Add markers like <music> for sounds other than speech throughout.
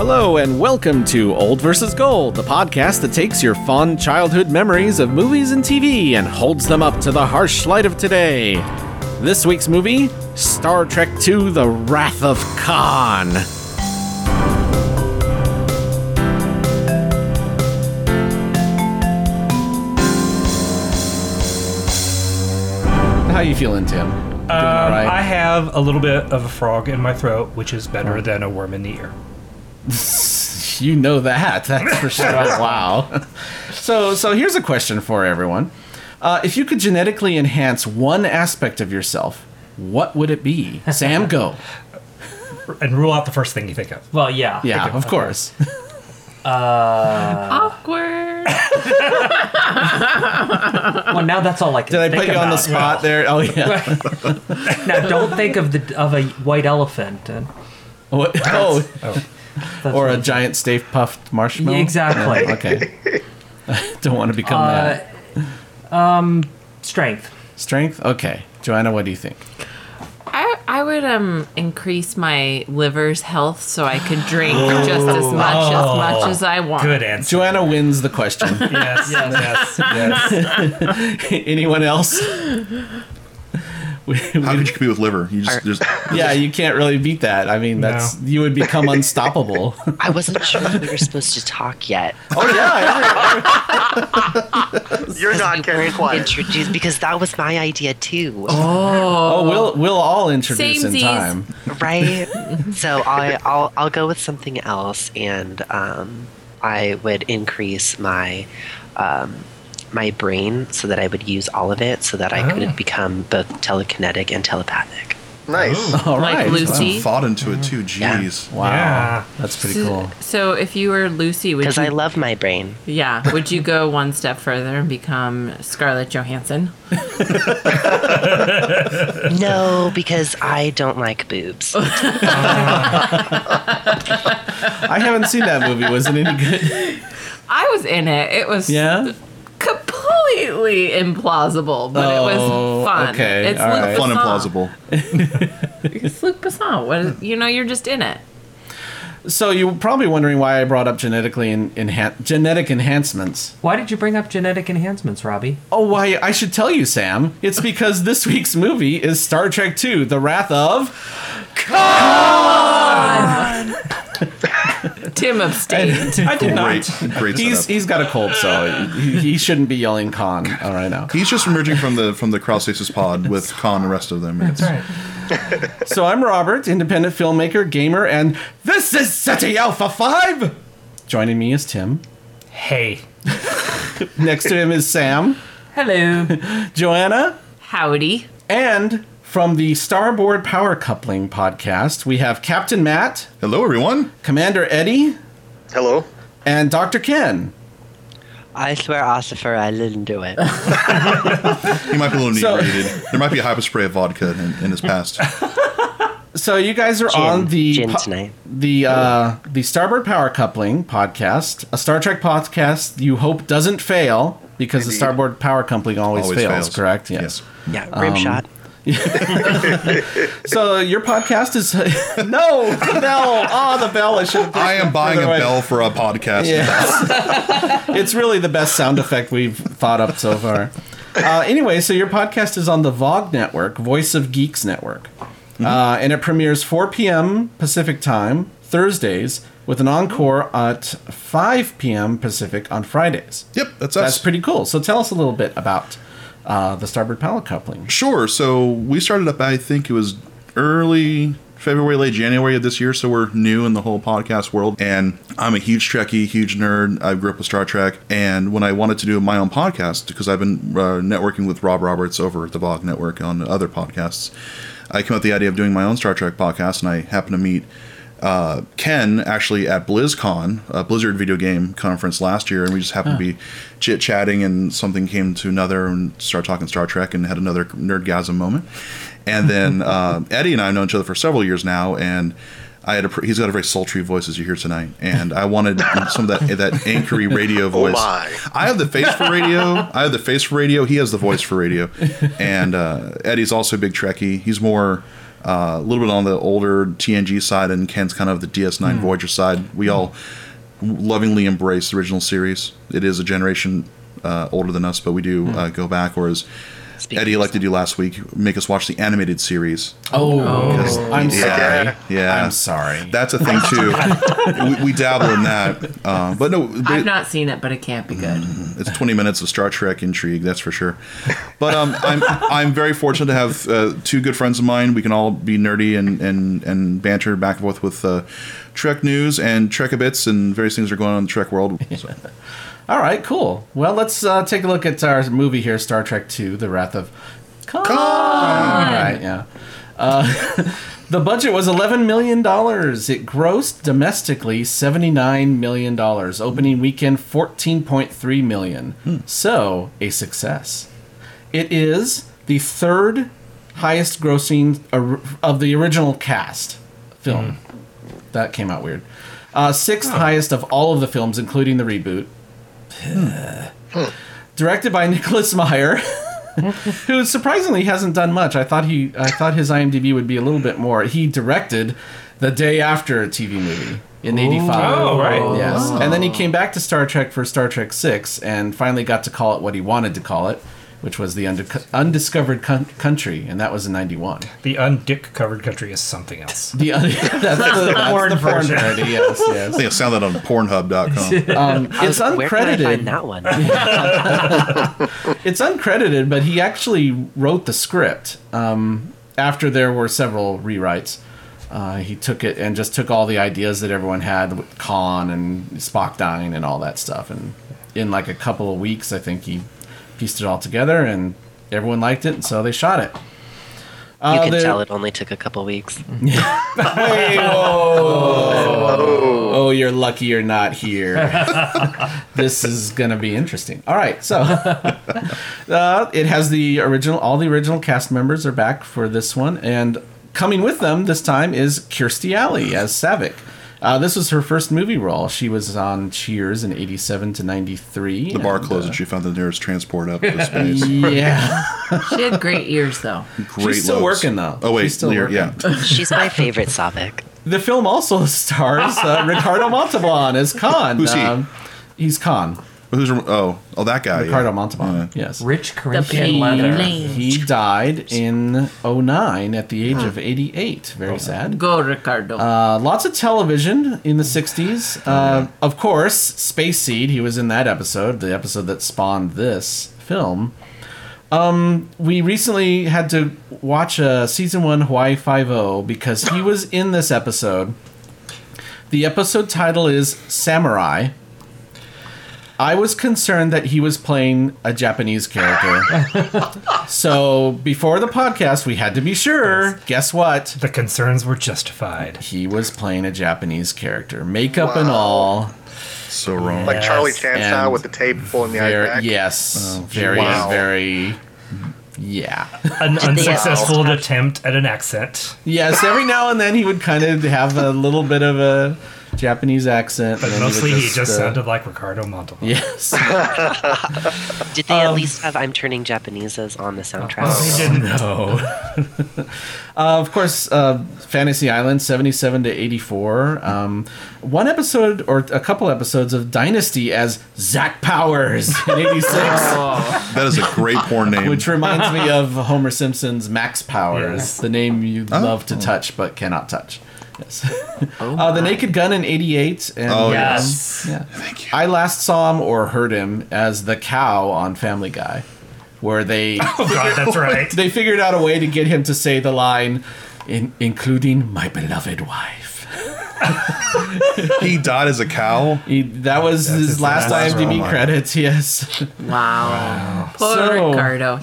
Hello, and welcome to Old vs. Gold, the podcast that takes your fond childhood memories of movies and TV and holds them up to the harsh light of today. This week's movie Star Trek II The Wrath of Khan. How you feeling, Tim? Doing all Um, right? I have a little bit of a frog in my throat, which is better than a worm in the ear. you know that that's for <laughs> sure wow so so here's a question for everyone uh, if you could genetically enhance one aspect of yourself what would it be sam <laughs> go And rule out the first thing you think of. Well, yeah. yeah of <laughs> course Awkward. Well, now that's all I can. did i think put you on the about. spot there oh <laughs> yeah <laughs> Now, don't think of the of a white elephant. Uh, And what? oh <laughs> that's or what a I'm- giant stave puffed marshmallow Yeah, exactly. Yeah, okay <laughs> don't want to become Uh, that strength. strength okay joanna what do you think I, I would um increase my liver's health so I could drink just as Oh. much as much as I want. <laughs> Good answer. joanna wins the <laughs> question <laughs> Yes, yes, yes. anyone <laughs> else We- we How could you compete with liver? You just, <laughs> there's, yeah, you can't really beat that. I mean, that's you would become <laughs> unstoppable. I wasn't sure we were supposed to talk yet. oh yeah, You're not Carrie Quiet. Introduce because that was my idea too, oh we'll we'll all introduce in Samesies. time. right? so I, I'll I'll go with something else, and um, I would increase my um, my brain so that I would use all of it, so that I could become both telekinetic and telepathic. Nice. All Like right, Lucy. some thought into it too. Jeez. Wow, Yeah. that's pretty So, cool. so if you were Lucy, would Because I you, love my brain. yeah, would you go one step further and become Scarlett Johansson? No, because I don't like boobs. I haven't seen that movie. Was it any good? I was in it. It was Yeah. completely implausible, but it Oh, was fun. okay, it's all Luc right. Fun and Besson. plausible. It's Luc Besson. What is, you know, you're just in it. So you're probably wondering why I brought up genetically en- enhan- genetic enhancements. Why did you bring up genetic enhancements, Robbie? Oh, why I should tell you, Sam. It's because this week's movie is Star Trek II: The Wrath of. <laughs> Tim abstained. I did Great, great He's setup. he's got a cold, so he, he shouldn't be yelling "con" all right now. He's just emerging from the from the cryostasis pod <laughs> with Khan and the rest of them. It's, So I'm Robert, independent filmmaker, gamer, and this is SETI Alpha 5! Joining me is Tim. Hey. Next to him is Sam, <laughs> Hello. Joanna, Howdy. and from the Starboard Power Coupling podcast, we have Captain Matt, Hello, everyone. Commander Eddie, Hello. and Dr. Ken. I swear, Ossifer, I didn't do it. He might be a <laughs> little So- inebriated. there might be a hyperspray of vodka in, in his past. So you guys are Gin. on the Gin po- tonight. the uh, the Starboard Power Coupling podcast, a Star Trek podcast you hope doesn't fail because the Starboard Power Coupling always, Always fails, fails. correct? Yes. Yeah, rim shot. So your podcast is <laughs> no the bell. Oh, the bell! I should. <laughs> I am buying a Otherwise- bell for a podcast. Yes. it's really the best sound effect we've thought up so far. Uh, anyway, so your podcast is on the Vogue Network, Voice of Geeks Network, uh, and it premieres 4 p.m. Pacific time Thursdays with an encore at 5 p.m. Pacific on Fridays. Yep, that's us. That's pretty cool. So tell us a little bit about uh, the starboard pallet coupling. Sure. So we started up, I think it was early February, late January of this year. So we're new in the whole podcast world. And I'm a huge Trekkie, huge nerd. I grew up with Star Trek. And when I wanted to do my own podcast, because I've been uh, networking with Rob Roberts over at the Vogue Network on other podcasts, I came up with the idea of doing my own Star Trek podcast. And I happened to meet uh, Ken actually at BlizzCon, a Blizzard video game conference last year, and we just happened to be chit chatting, and something came to another, and started talking Star Trek, and had another nerdgasm moment. And then uh, Eddie and I have known each other for several years now, and I had a pr- he's got a very sultry voice as you hear tonight, and I wanted some of that that anchory radio voice. my. I have the face for radio. I have the face for radio. He has the voice for radio, and uh, Eddie's also a big Trekkie. He's more uh, a little bit on the older TNG side, and Ken's kind of the DS9 Hmm. Voyager side. We all lovingly embrace the original series. It is a generation uh, older than us, but we do uh, go back, or as Hmm. Speak Eddie for elected you last week, make us watch the animated series. Oh, I'm sorry. yeah, yeah. I'm sorry. That's a thing <laughs> too. we, we dabble in that, uh, but no, I've but not seen it, but it can't be good. Mm, it's 20 minutes of Star Trek intrigue, that's for sure. But um, I'm I'm very fortunate to have uh, two good friends of mine. We can all be nerdy and and and banter back and forth with uh, Trek news and Trekabits and various things that are going on in the Trek world. <laughs> So, <laughs> All right, cool. Well, let's uh, take a look at our movie here, Star Trek II: The Wrath of Khan. All right, yeah. Uh, <laughs> the budget was eleven million dollars. It grossed domestically seventy-nine million dollars. Opening weekend fourteen point three million. So a success. It is the third highest grossing or- of the original cast film. That came out weird. Uh, sixth highest of all of the films, including the reboot. Hmm. Directed by <laughs> Nicholas <laughs> Meyer, who surprisingly hasn't done much. I thought he, I thought his IMDb would be a little bit more. He directed the day after a TV movie in '85. Oh, right. Yes. And then he came back to Star Trek for Star Trek 6 and finally got to call it what he wanted to call it, which was the undic undiscovered Coun- country, and that was in 91. The undick covered country is something else. The un- <laughs> that's the, that's porn the porn version. parody, yes, I yes. think I found that on Pornhub.com. <laughs> Um, I it's was like, Where can I uncredited. find that one? It's uncredited, but he actually wrote the script um, after there were several rewrites. Uh, he took it and just took all the ideas that everyone had with Khan and Spock dying and all that stuff. And in like a couple of weeks, I think he pieced it all together and everyone liked it. And so they shot it. Uh, you can there- tell it only took a couple weeks. Hey, whoa. Oh, you're lucky you're not here. this is gonna be interesting. All right, so <laughs> uh, it has the original. All the original cast members are back for this one, and coming with them this time is Kirstie Alley as Savick. Uh, this was her first movie role. She was on Cheers in '87 to '93. the bar closed and she found the nearest transport up to space. uh, Yeah, She had great ears, though. <laughs> Great She's still working, though. Oh wait, She's still Lear- yeah. working. She's my favorite Savik. the film also <laughs> stars uh, Ricardo Montalban as Khan. Um, Who's he? he's Khan. <laughs> Who's oh oh that guy? Ricardo yeah. Montalban. Yeah. Yes. Rich The Corinthian leather. P. He died in 09 at the age of 88. Very sad. Go, Ricardo. Uh, lots of television in the 60s. Uh, of course, Space Seed, he was in that episode, the episode that spawned this film. Um, we recently had to watch uh, season one Hawaii Five O because he was in this episode. The episode title is Samurai. I was concerned that he was playing a Japanese character. so before the podcast, we had to be sure. Guess what? The concerns <laughs> were justified. He was playing a Japanese character, makeup and all. So wrong. Like Charlie Yes, Chan and style with the tape pulling the eye Very, back. yes, Oh, very, wow. very, yeah. An they unsuccessful attempt at an accent. Yes, every now and then he would kind of have a little bit of a Japanese accent. But and then would mostly he just, uh, sounded like Ricardo <laughs> Montalban. Yes. Uh, Did they at least have I'm Turning Japanese's on the soundtrack? He didn't Uh, of course, uh, Fantasy Island, 77 to 84. Um, one episode or a couple episodes of Dynasty as Zach Powers in Oh. 86, That is a <laughs> great porn name. which reminds me of Homer Simpson's Max Powers, Yes. the name you love to touch but cannot touch. Yes. uh, the Naked Gun in 88. And, Oh, Yes. Yeah. Thank you. I last saw him or heard him as the cow on Family Guy, where they <laughs> Oh god, <laughs> that's right. they figured out a way to get him to say the line, in, including my beloved wife. he died as a cow. He, that was That's his his last last IMDb one. credits. <laughs> Yes. wow. Poor So- Ricardo.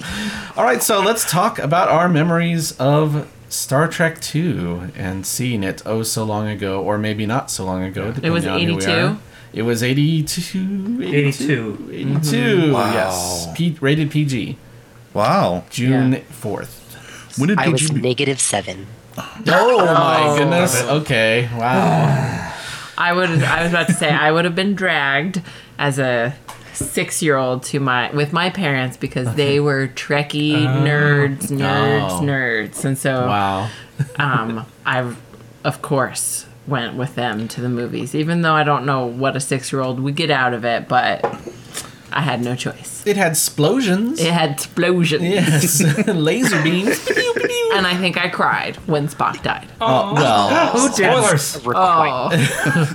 All right, so let's talk about our memories of Star Trek Two and seeing it oh so long ago, or maybe not so long ago. Depending was on who we 82? are. It was 82. 82. 82. Mm-hmm. Yes. P, rated PG. Wow. June Yeah. 4th. When did I was PG be- negative seven. Oh, my goodness. Okay. <sighs> Wow. I would. I was about to say I would have been dragged as a six-year-old to my with my parents because they were Trekkie nerds, nerds, Oh. nerds, and so Wow. um, I, of course, went with them to the movies, even though I don't know what a six year old would get out of it, but I had no choice. It had explosions. It had <laughs> explosions. Yes, <laughs> laser <laughs> beams. Pew, pew, pew. And I think I cried when Spock died. Oh, well, <laughs> Who did? Spoilers. Requite.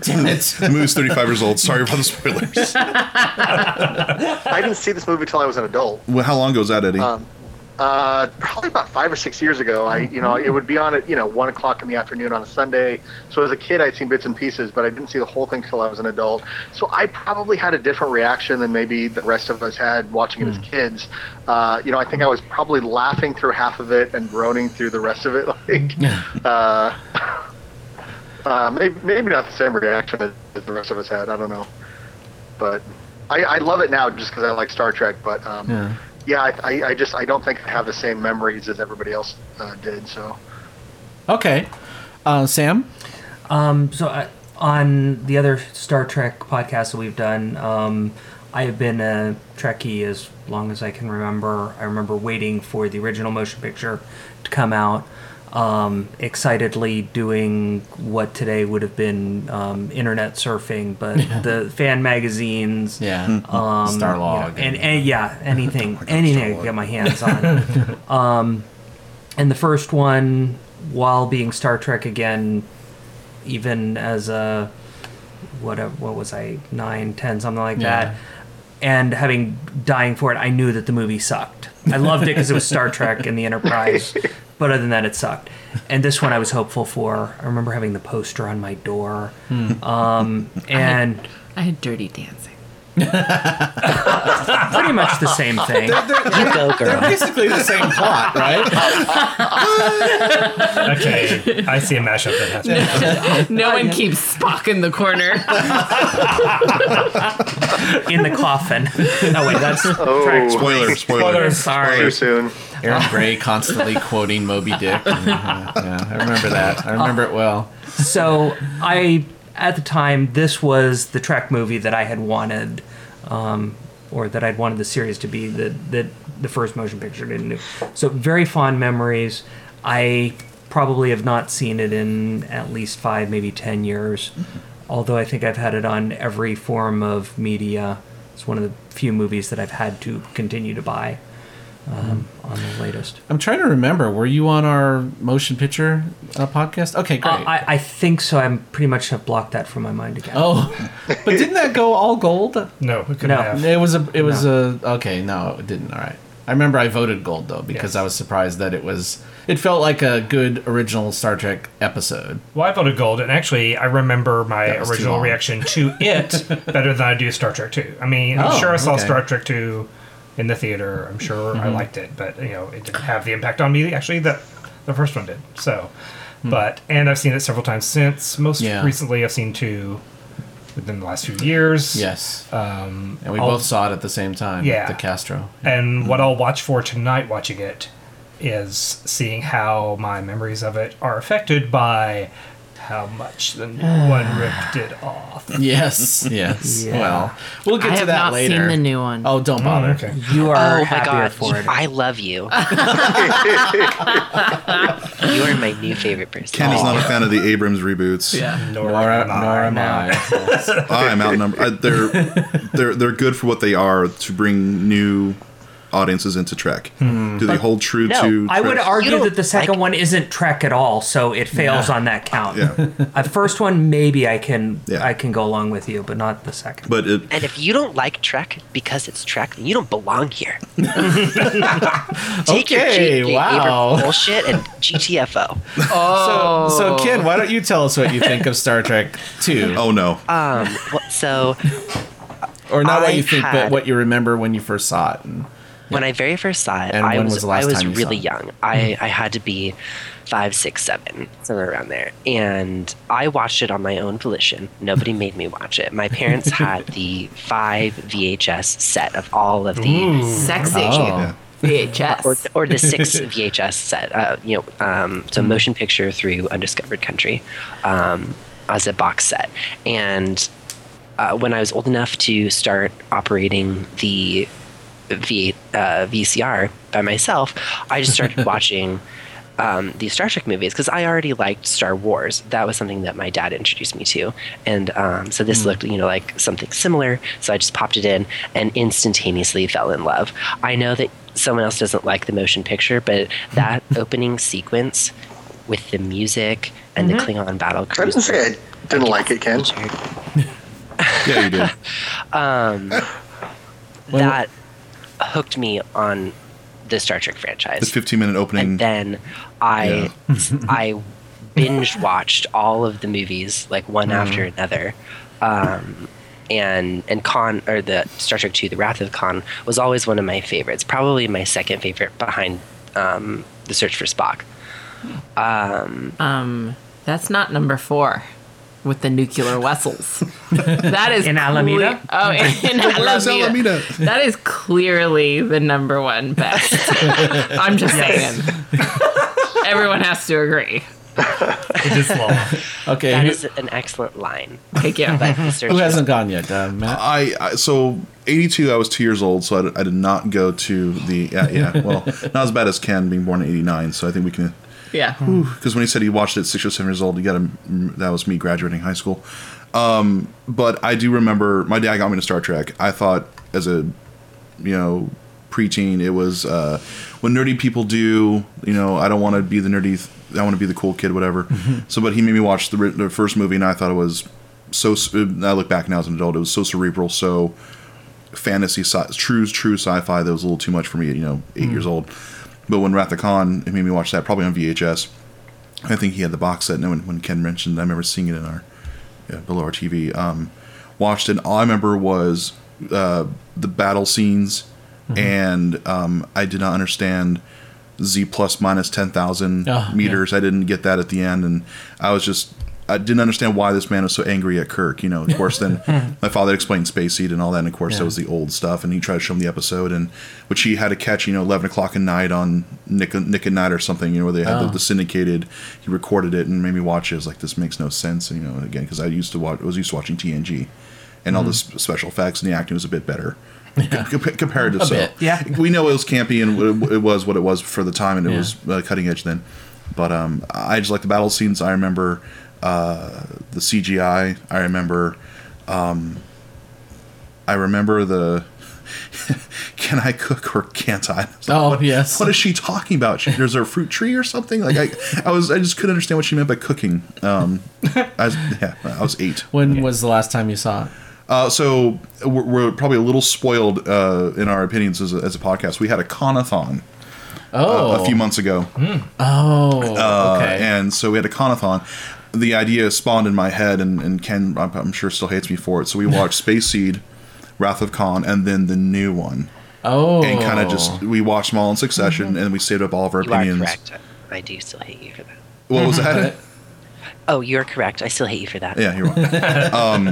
damn it. <laughs> The movie's 35 years old. Sorry about the spoilers. I didn't see this movie till I was an adult. <laughs> Well, how long ago was that, Eddie? Um, uh, probably about five or six years ago. I, you know, it would be on at you know one o'clock in the afternoon on a Sunday. So as a kid, I'd seen bits and pieces, but I didn't see the whole thing till I was an adult. So I probably had a different reaction than maybe the rest of us had watching it Hmm. as kids. Uh, you know, I think I was probably laughing through half of it and groaning through the rest of it. <laughs> Like, uh, uh, maybe maybe not the same reaction as, as the rest of us had. I don't know, but I, I love it now just because I like Star Trek. But um, Yeah. yeah, I, I, I just I don't think I have the same memories as everybody else uh, did. So Okay, uh, Sam. Um, so I, on the other Star Trek podcasts that we've done, um, I have been a Trekkie as long as I can remember. I remember waiting for the original motion picture to come out, um, excitedly doing what today would have been um, internet surfing, but the fan magazines, Yeah. um, you know, Starlog and, and yeah, anything, anything I could get my hands on. Um, And the first one, while being Star Trek again, even as a what a, what was I nine, ten, something like that, and having dying for it, I knew that the movie sucked. I loved it because it was Star Trek and the Enterprise, but other than that, it sucked. And this one, I was hopeful for. I remember having the poster on my door, um, and Oh, I had dirty dancing. pretty much the same thing. You go, They're girl. basically the same plot, right? Okay, I see a mashup that has to <laughs> No one keeps Spock in the corner. In the coffin. Oh wait, that's oh, spoiler, spoiler. Spoilers. too sorry. soon. <laughs> Aaron Gray constantly quoting Moby Dick. yeah, <laughs> yeah, I remember that. I remember it well. so I at the time this was the Trek movie that I had wanted, um, or that I'd wanted the series to be that that the first motion picture didn't do. So very fond memories. I probably have not seen it in at least five, maybe ten years. Although I think I've had it on every form of media. It's one of the few movies that I've had to continue to buy um, on the latest. I'm trying to remember. Were you on our motion picture uh, podcast? Okay, great. Uh, I, I think so. I'm pretty much have blocked that from my mind again. oh, <laughs> but didn't that go all gold? No, it couldn't No. have. It was a. It was a. Okay, no, it didn't. All right. I remember I voted gold though because Yes. I was surprised that it was. It felt like a good original Star Trek episode. Well, I voted gold, and actually, I remember my That was too original long. reaction <laughs> to it better than I do Star Trek 2. I mean, I'm Oh, sure I saw okay. Mm-hmm. Star Trek 2 in the theater. I'm sure I liked it, but you know, it didn't have the impact on me actually that the first one did. So, but and I've seen it several times since. Most Hmm. Yeah. recently, I've seen two within the last few years. Yes, Um, and we I'll- both saw it at the same time. Yeah. the Castro. and Hmm. what I'll watch for tonight watching it is seeing how my memories of it are affected by how much the <sighs> new one ripped it off. Yes, yes. Yeah. Well, we'll get I to have that not later. seen the new one. Oh, don't bother. Okay. You are Oh my happier god, for it. I love you. <laughs> you are my new favorite person. Ken is not a fan of the Abrams reboots. Nor, Nor, am I. nor am <laughs> I. I'm outnumbered. Uh, they're they're they're good for what they are to bring new audiences into Trek. Do they hold true No, to? I would Trek? argue don't that the second like- one isn't Trek at all, so it fails on that count. <laughs> Yeah. Uh, first one maybe I can Yeah. I can go along with you, but not the second. But it, And if you don't like Trek because it's Trek, then you don't belong here. Take Okay, your J.J. wow. Abrams bullshit and GTFO. so, so, Ken, why don't you tell us what you think of Star Trek 2? <laughs> oh no, Um, wh- so or not what I you think, but had- what you remember when you first saw it. And, when I very first saw it, And I when was, was the last I was time you saw really it? Mm-hmm. young. I, I had to be five, six, seven, somewhere around there. And I watched it on my own volition. <laughs> Nobody made me watch it. My parents had the five VHS set of all of the Sexy. Oh. or, VHS. or the six VHS set. Uh, you know, um, so motion picture through Undiscovered Country um, as a box set. And uh, when I was old enough to start operating the v, uh, VCR by myself, I just started watching um, these Star Trek movies because I already liked Star Wars. That was something that my dad introduced me to, and um, so this looked, you know, like something similar. So I just popped it in and instantaneously fell in love. I know that someone else doesn't like the motion picture, but that opening sequence with the music and the Klingon battle I didn't cruiser. say I didn't like it, Ken. Yeah, you did. that hooked me on the Star Trek franchise. The 15 minute <laughs> opening. and then I I binge watched all of the movies like one after another. Um, and and Khan or the Star Trek II: The Wrath of Khan was always one of my favorites, probably my second favorite behind um, the Search for Spock. That's not number four with the nuclear <laughs> vessels. that is In Alameda? cle- oh, in, <laughs> in Where's Alameda. Alameda? That is clearly the number one <laughs> best. I'm just saying. Everyone has to agree. It is long. Okay, That who, is an excellent line. Thank you. <laughs> But the Search who for hasn't gone yet? Uh, Matt? I, I so 82 i was two years old so i, did- I did not go to the yeah, yeah well not as bad as ken being born in 89 so i think we can Yeah. because when he said he watched it at six or seven years old, you got to that was me graduating high school. Um, but I do remember my dad got me to Star Trek. I thought as a you know preteen it was uh, when nerdy people do you know I don't want to be the nerdy th- I want to be the cool kid whatever. so but he made me watch the, ri- the first movie and I thought it was so. s- I look back now as an adult, it was so cerebral, so fantasy, sci- true true sci-fi that was a little too much for me. at, You know, eight years old. But when Wrath of Khan, he made me watch that probably on VHS. I think he had the box set. And when, when Ken mentioned, I remember seeing it in our yeah, below our TV. Um, watched it. All I remember was uh, the battle scenes, and um, I did not understand Z plus minus ten thousand Oh, meters. I didn't get that at the end, and I was just. I didn't understand why this man was so angry at Kirk. You know, of course, then my father explained Space Seed and all that, and of course, that was the old stuff. And he tried to show him the episode, and which he had to catch, you know, 11 o'clock at night on Nick, Nick at Night or something, you know, where they had the, the syndicated, he recorded it and made me watch it. I was like, this makes no sense, you know, and again, because I used to watch, I was used to watching TNG and all the sp- special effects and the acting was a bit better co- co- <laughs> compared to so bit, yeah. we know it was campy and w- it was what it was for the time and it Yeah. was uh, cutting edge then but um i just like the battle scenes i remember uh the cgi i remember um i remember the <laughs> can i cook or can't i Oh yes. what is she talking about? She, there's a fruit tree or something. Like I, I was, I just couldn't understand what she meant by cooking. <laughs> Um, I was, yeah, I was eight. when was the last time you saw it? Uh, so we're, we're probably a little spoiled uh, in our opinions as a, as a podcast. We had a conathon Oh, uh, a few months ago, Oh, Uh, okay. and so we had a conathon. The idea spawned in my head, and, and Ken, I'm, I'm sure, still hates me for it. <laughs> So we watched Space Seed, Wrath of Khan, and then the new one, oh, Mm-hmm. and kind of just we watched them all in succession, and we saved up all of our You opinions. are correct. I do still hate you for that. What <laughs> was that? Oh, you're correct. I still hate you for that. Yeah, you're right.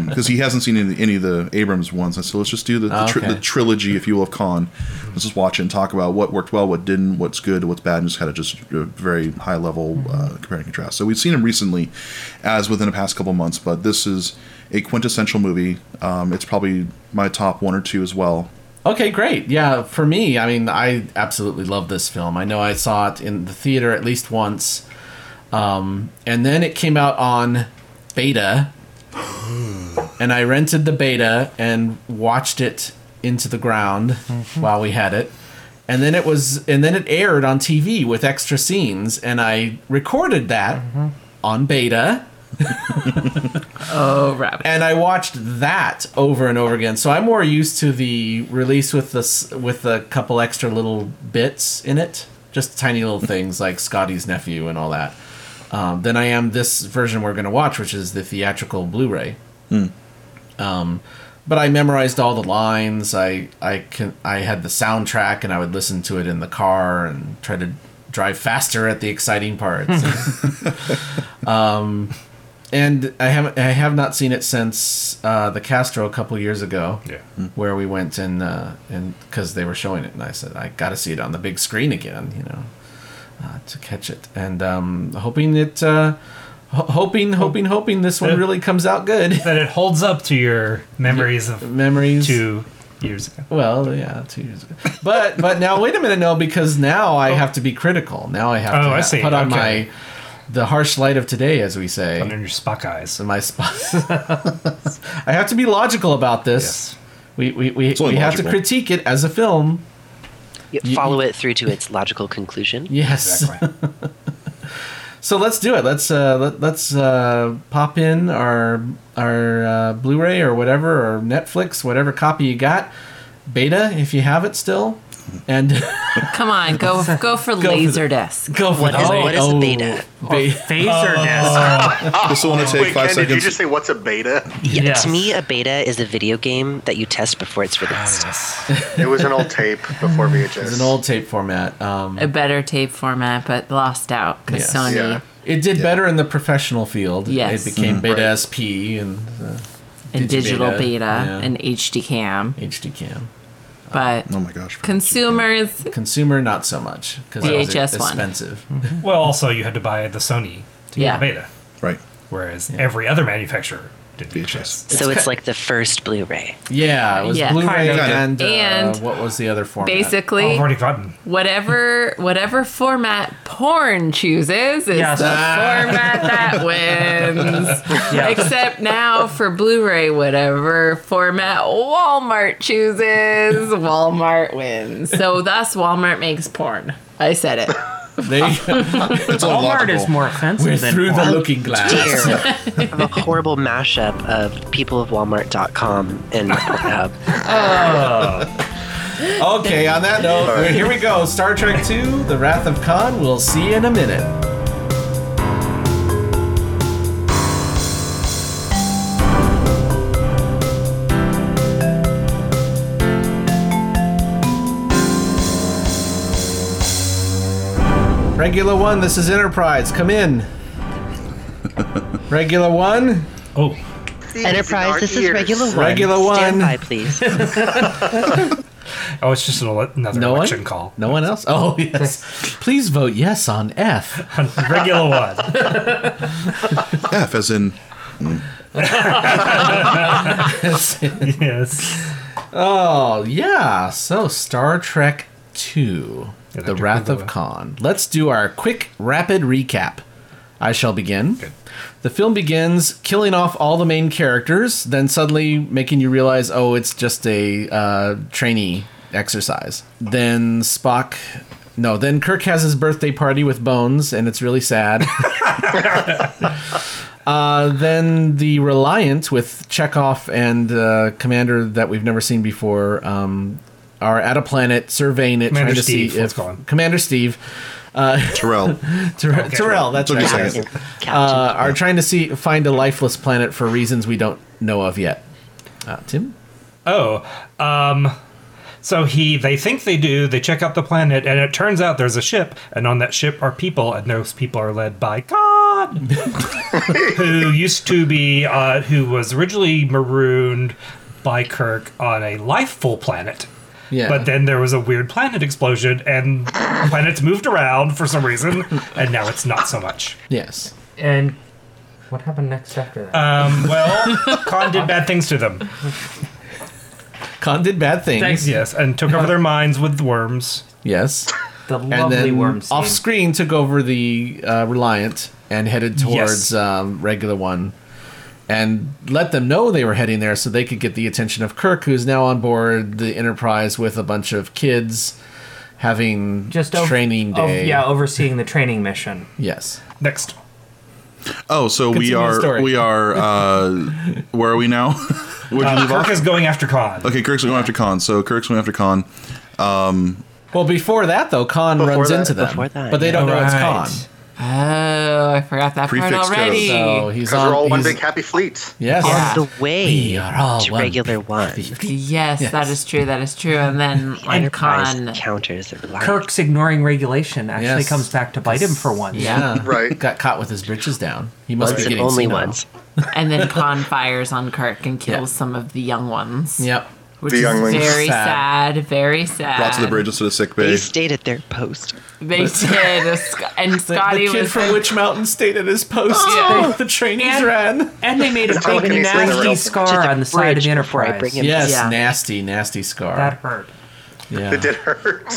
Because Um, he hasn't seen any, any of the Abrams ones. I said, let's just do the, the, tri- Okay. the trilogy, if you will, of Khan. Let's just watch it and talk about what worked well, what didn't, what's good, what's bad, and just kind of just a very high level uh, compare and contrast. So we've seen him recently, as within the past couple months, but this is a quintessential movie. Um, it's probably my top one or two as well. Okay, great. Yeah, for me, I mean, I absolutely love this film. I know I saw it in the theater at least once, um, and then it came out on beta, and I rented the beta and watched it into the ground while we had it. And then it was, and then it aired on TV with extra scenes, and I recorded that on beta. Oh, rabbit. and I watched that over and over again. So I'm more used to the release with the s- with a couple extra little bits in it, just tiny little things like Scotty's nephew and all that. Um, than I am this version we're going to watch, which is the theatrical Blu-ray. Um, but I memorized all the lines. I I can I had the soundtrack and I would listen to it in the car and try to drive faster at the exciting parts. Um, and I haven't I have not seen it since uh, the Castro a couple years ago. Yeah. where we went and uh, and because they were showing it, and I said I got to see it on the big screen again, you know, uh, to catch it. And um, hoping it, uh, ho- hoping, hoping, <laughs> hoping this one really comes out good. That it holds up to your memories of Memories to years ago. Well, yeah, two years ago. But but now wait a minute, no, because now I have to be critical. Now I have Oh, to ha- I see. put on Okay. my the harsh light of today, as we say. Under your Spock eyes. So my spot. <laughs> I have to be logical about this. Yes. We we we, only we have to logical. critique it as a film. You follow it through to its logical conclusion. Yes. Exactly. So let's do it. Let's uh let, let's uh pop in our our uh, Blu-ray or whatever or Netflix whatever copy you got, beta if you have it still, and <laughs> Come on, go go for Laserdisc. go for What that. is- what is a beta? Ba- <laughs> Phaser Oh. <laughs> disc. Just want to take Ah, Wait, five Ken, did you seconds. just say what's a beta? Yeah, Yes. To me, a beta is a video game that you test before it's released. <laughs> It was an old tape before VHS. It's an old tape format. Um, A better tape format, but lost out because Yes. Sony. Yeah. it did better in the professional field. Yes. It became beta Right. SP and uh, and digital Digibeta, beta, Oh, yeah. and HD cam, HD cam. but Oh my gosh. consumers, Consumer, not so much because VHS one. expensive. <laughs> Well, also you had to buy the Sony to Yeah. get the beta, Right. whereas every other manufacturer did VHS. VHS. So it's like the first Blu-ray. <laughs> Yeah, it was Yeah. Blu-ray Kind of. and, uh, And what was the other format? Oh, basically, I've already gotten. whatever whatever format porn chooses is Yes. the Ah. format that wins. Yeah. Except now for Blu-ray, whatever format Walmart chooses, Walmart wins. So thus, Walmart makes porn. I said it. They, <laughs> It's all Walmart logical. is more offensive we're than through the Walmart. looking glass. I have a horrible mashup of peopleofwalmart.com and Pornhub. <laughs> okay, on that note, here we go. Star Trek II: The Wrath of Khan. We'll see you in a minute. Regular One, this is Enterprise. Come in. Regular One, Oh, Enterprise, this is regular regular Stand one. by, please. oh, it's just an, ele- another No election one? call. <laughs> No one else? Oh, <laughs> yes. Please vote yes on F. Regular <laughs> one. F as in yes. <laughs> oh, yeah. So, Star Trek 2 Yeah, The Dr. Wrath of Kubo. Khan. Let's do our quick, rapid recap. I shall begin. The film begins killing off all the main characters, then suddenly making you realize, oh, it's just a uh, trainee exercise. Then Spock. No, then Kirk has his birthday party with Bones, and it's really sad. Uh, then the Reliant with Chekhov and uh, Commander that we've never seen before um, are at a planet surveying it, Commander trying to Steve, see let's if call him. Commander <laughs> Steve Terrell. Ter- Terrell, that's Took right, you a <laughs> yes, second. Captain. uh, are trying to see find a lifeless planet for reasons we don't know of yet. Uh, Tim, Oh, um, so he they think they do. They check out the planet, and it turns out there's a ship, and on that ship are people, and those people are led by God, who used to be uh, who was originally marooned by Kirk on a lifeful planet. Yeah. But then there was a weird planet explosion, and planets moved around for some reason, and now it's not so much. yes, And what happened next after Uh, that? Um, well, Khan did bad things to them. Khan did bad things. Thanks. Yes, and took over their minds with worms. Yes, the and lovely then worm scene. off screen took over the uh, Reliant and headed towards Yes. um, regular one, and let them know they were heading there so they could get the attention of Kirk, who's now on board the Enterprise with a bunch of kids having Just ov- training ov- day. yeah, overseeing the training mission. Yes. Next. Oh, so we Continue the story. are we <laughs> are uh, where are we now? <laughs> Where'd you leave Kirk off? is going after Khan. Okay, Kirk's going after Khan. So Kirk's going after Khan. Well, before that though, Khan Before runs that- into them, before that, but they yeah. don't know it's Khan. Right. Oh, I forgot that part Prefix code. already. So he's Because on. we're all one he's- big happy fleet. yes. Yeah. The way We are all to one regular one. Yes, that is true. That is true. And then like Enterprise Khan, counters the Reliant. Kirk's ignoring regulation actually Yes. comes back to bite him for <laughs> once. Yeah. Right. Got caught with his britches down. He must Once be and getting only senile. once. and then Khan fires on Kirk and kills Yeah. some of the young ones. Yep. which The is younglings. very Sad. sad. very sad. Brought to the bridge instead of sick bay. They stayed at their post. <laughs> They did, Sc- and The, Scotty the kid was from Witch Mountain stayed at his post. Oh. the trainees And- ran. And they made a how big can you say the nasty To real- scar on the side of bridge the before I Enterprise. bring him- Yes, Yeah. nasty, nasty scar. That hurt. yeah. It did hurt.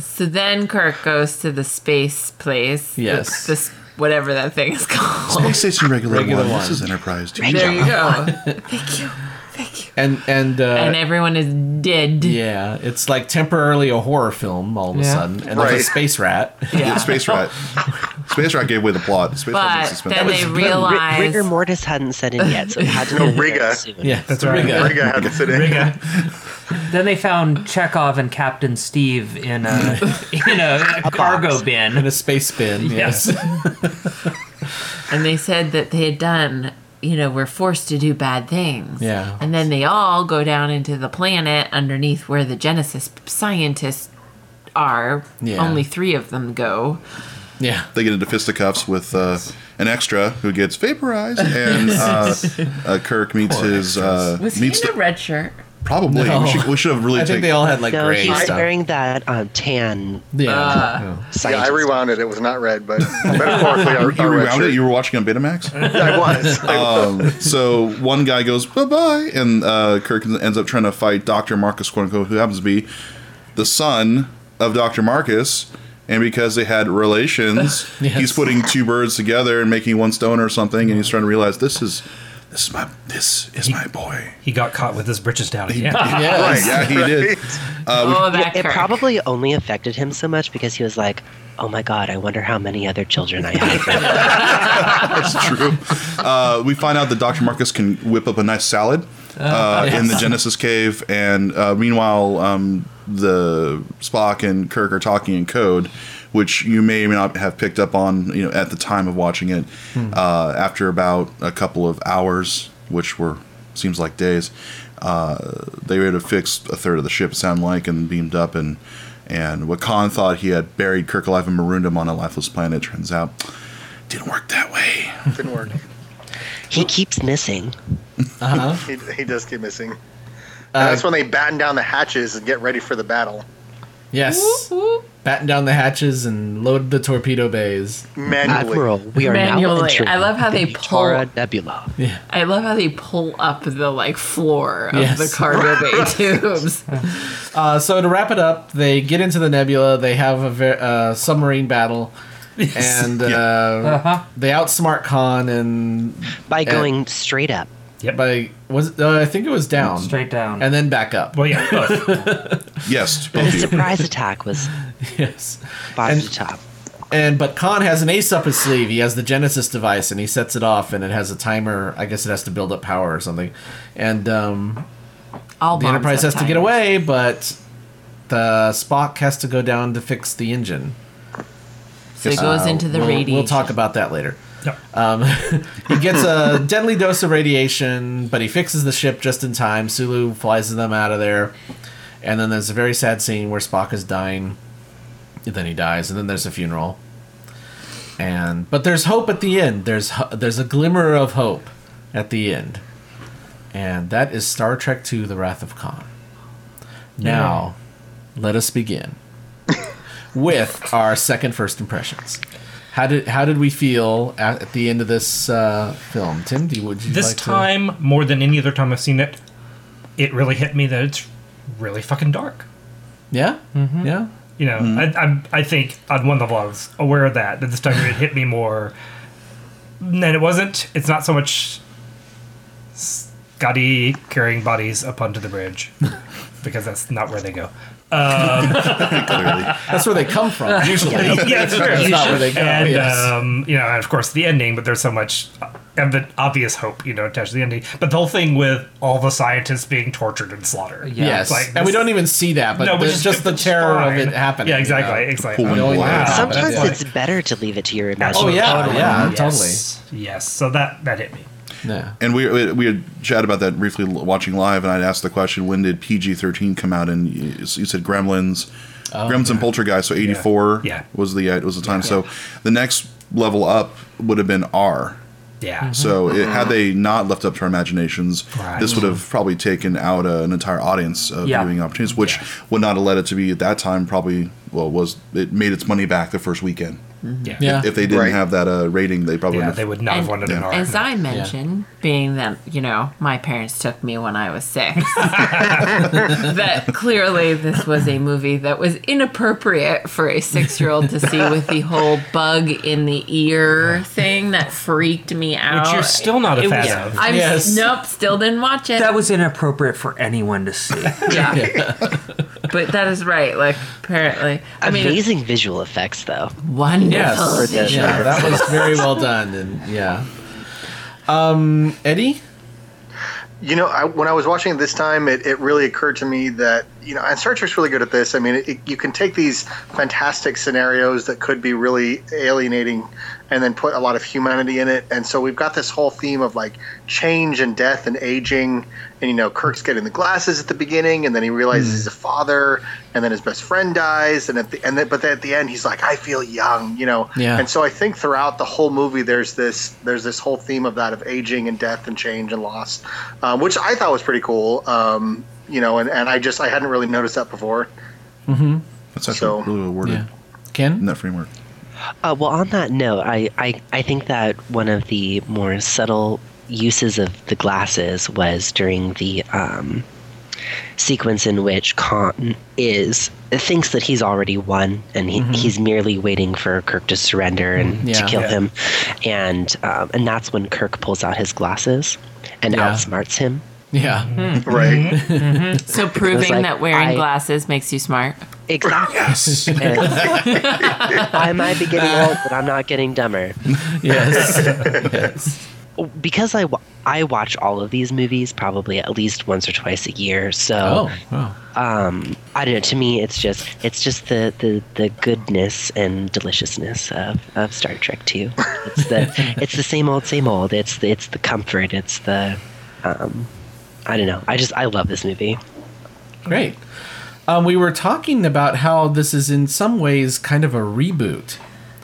So then Kirk goes to the space place. Yes. This whatever that thing is called. Space Station Regular, Regular one. One. This is Enterprise. dude. there you go. Uh, Thank you. Thank you. and and, uh, And everyone is dead. yeah, it's like temporarily a horror film all of a Yeah. sudden, and there's Right. a space rat. Yeah. Space Rat. Space Rat gave away the plot. Space Rat was But suspended. then they Ri- realize rigor mortis hadn't set in yet, so it had to be Riga. soon. yeah, That's right. Riga. Riga had to sit in. Riga. Then they found Chekhov and Captain Steve in a in a, cargo bin. in a space bin. Yes. and they said that they had done you know, we're forced to do bad things. Yeah. And then they all go down into the planet underneath where the Genesis scientists are. Yeah. Only three of them go. yeah. they get into fisticuffs with uh, an extra who gets vaporized, and uh, uh, Kirk meets his uh, Was meets he in the- a red shirt? probably. No. We, should, we should have I really think taken. they all had like No, gray he was stuff. wearing that um, tan. yeah. uh, Yeah, I scientist. rewound it. It was not red, but metaphorically, I, you I rewound it. rewound You were watching on Betamax. it. I was. I Um, so one guy goes bye bye, and uh, Kirk ends up trying to fight Doctor Marcus, quote unquote, who happens to be the son of Doctor Marcus. And because they had relations, Yes. he's putting two birds together and making one stone or something. And he's trying to realize this is this is my this is my boy. He got caught with his britches down again. <laughs> <laughs> Right? Yes. Yeah, he did. Uh, oh, that It Kirk. probably only affected him so much because he was like, "Oh my god, I wonder how many other children <laughs> I have." That's true. <laughs> Uh, we find out that Dr. Marcus can whip up a nice salad uh, in the Genesis cave, and uh, meanwhile, um, the Spock and Kirk are talking in code, which you may or may not have picked up on, you know, at the time of watching it. Uh, after about a couple of hours, which were seems like days, uh, they were able to fix a third of the ship, it sounded like, and beamed up and. And Wakan thought he had buried Kirk alive and marooned him on a lifeless planet. Turns out, didn't work that way. didn't work. he keeps missing. He, he does keep missing. And that's when they batten down the hatches and get ready for the battle. Yes. Batten down the hatches and load the torpedo bays. Manually. Admiral, we are now Manually. entering. I love how they the pull- Tara Nebula. I love how they pull up the like floor of Yes. the <laughs> cargo bay tubes. Uh, so to wrap it up, they get into the nebula. They have a ver- uh, submarine battle, and uh, Yeah. Uh-huh. they outsmart Khan and By going straight up. Yep. by was it- uh, I think it was down Straight down. and then back up. well, yeah, both. Yes, The <laughs> both of you. surprise attack was <laughs> Yes, bottom And- to top. and but Khan has an ace up his sleeve. He has the Genesis device, and he sets it off, and it has a timer. I guess it has to build up power or something, and um, All the bombs Enterprise have has to get timers. away, but the Spock has to go down to fix the engine. So it goes Uh, into the we'll- radiation. We'll talk about that later. Yep. Um, <laughs> he gets a deadly dose of radiation, but he fixes the ship just in time. Sulu flies them out of there. And then there's a very sad scene where Spock is dying. And then he dies, and then there's a funeral. And but there's hope at the end. There's ho- there's a glimmer of hope at the end. And that is Star Trek II: The Wrath of Khan. Now, let us begin <laughs> with our second first impressions. How did how did we feel at, at the end of this uh, film, Tim? Do you, would you this like to- time, more than any other time I've seen it, it really hit me that it's really fucking dark. Yeah, mm-hmm. yeah. You know, I, I'm, I think on one level I was aware of that, that this time it hit me more. And it wasn't. It's not so much Scotty carrying bodies up onto the bridge, because that's not where they go. Clearly, That's where they come from usually. Uh, <laughs> yeah, it's true. That's not where they go. and yes. um, you know, and of course the ending. But there's so much of the obvious hope, you know, attached to the ending. But the whole thing with all the scientists being tortured and slaughtered. Yeah. yes, like and we this- don't even see that, but no, which there's is just the it's terror of fine. it happening. Yeah, you exactly, know? exactly. Pulling Knowing blood. that happened, Sometimes it's like- it's better to leave it to your Oh imagination. yeah, yeah, yes. totally. Yes, so that that hit me. totally. Yeah. and we, we we had chatted about that briefly l- watching live, and I'd asked the question, when did PG thirteen come out? And you, you said Gremlins, Gremlins and Poltergeist. So eighty four Oh, Yeah. was the uh, was the time. So the next level up would have been R. Mm-hmm. Yeah. So it, had they not left up to our imaginations, Hmm. Right. this would have probably taken out uh, an entire audience of Yeah. viewing opportunities, which would not have led it to be at that time probably well was it made its money back the first weekend. Yeah. Yeah. If they didn't Right. have that uh, rating, they probably Yeah, wouldn't they have- would not have wanted an Yeah. R. As I mentioned, being that, you know, my parents took me when I was six, that clearly this was a movie that was inappropriate for a six year old to see with the whole bug in the ear thing that freaked me out. Which you're still not a Uh, It fan was- of. I'm, Yes. Nope, still didn't watch it. That was inappropriate for anyone to see. yeah. <laughs> but that is right. Like, apparently. I mean, it's Amazing visual effects, though. wonderful. Yes. Yeah. Yeah, that was very well done. And yeah. Um, Eddie? You know, I, when I was watching it this time, it, it really occurred to me that, you know, and Star Trek's really good at this. I mean, it, you can take these fantastic scenarios that could be really alienating and then put a lot of humanity in it. And so we've got this whole theme of like change and death and aging. And, you know, Kirk's getting the glasses at the beginning and then he realizes he's a father and then his best friend dies. And at the end, but then at the end, he's like, I feel young, you know? Yeah. And so I think throughout the whole movie, there's this there's this whole theme of that of aging and death and change and loss, um, which I thought was pretty cool. Um, you know, and, and I just I hadn't really noticed that before. that's actually so- really well worded Yeah. in Ken? that framework. Uh, well, on that note, I, I, I think that one of the more subtle uses of the glasses was during the um, sequence in which Khan is thinks that he's already won and he, he's merely waiting for Kirk to surrender and Mm-hmm. Mm, Yeah. to kill Yeah. him, and um, and that's when Kirk pulls out his glasses and Yeah. <laughs> outsmarts him. Yeah. Right. So proving like, that wearing I- glasses makes you smart. Exactly. Yes. <laughs> I might be getting old, but I'm not getting dumber. <laughs> Yes. yes. because I, wa- I watch all of these movies probably at least once or twice a year. So Oh, wow. um, I don't know. To me, it's just it's just the, the, the goodness and deliciousness of, of Star Trek Two. It's the <laughs> it's the same old same old. It's the, it's the comfort. It's the um, I don't know. I just I love this movie. Great. Um, we were talking about how this is in some ways kind of a reboot.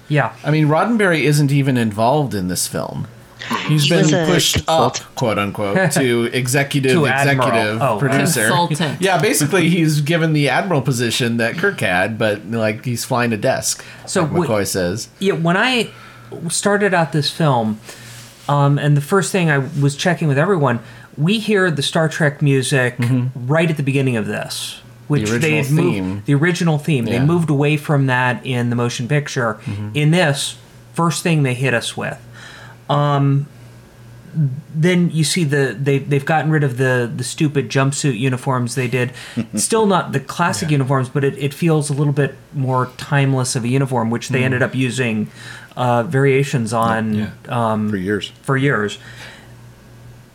Yeah. I mean, Roddenberry isn't even involved in this film. He's He been was a pushed consult- up, quote unquote, to executive, To admiral. executive Oh, producer. Consultant. Yeah, basically, he's given the admiral position that Kirk had, but like he's flying a desk. So like wait- McCoy says, yeah, when I started out this film, um, and the first thing I was checking with everyone, we hear the Star Trek music right at the beginning of this, which they original had moved, theme. the original theme. Yeah. They moved away from that in the motion picture. In this, first thing they hit us with. Um, then you see the they they've gotten rid of the the stupid jumpsuit uniforms they <laughs> did. Still not the classic uniforms, but it, it feels a little bit more timeless of a uniform, which they ended up using uh, variations on <laughs> uh, For years. for years.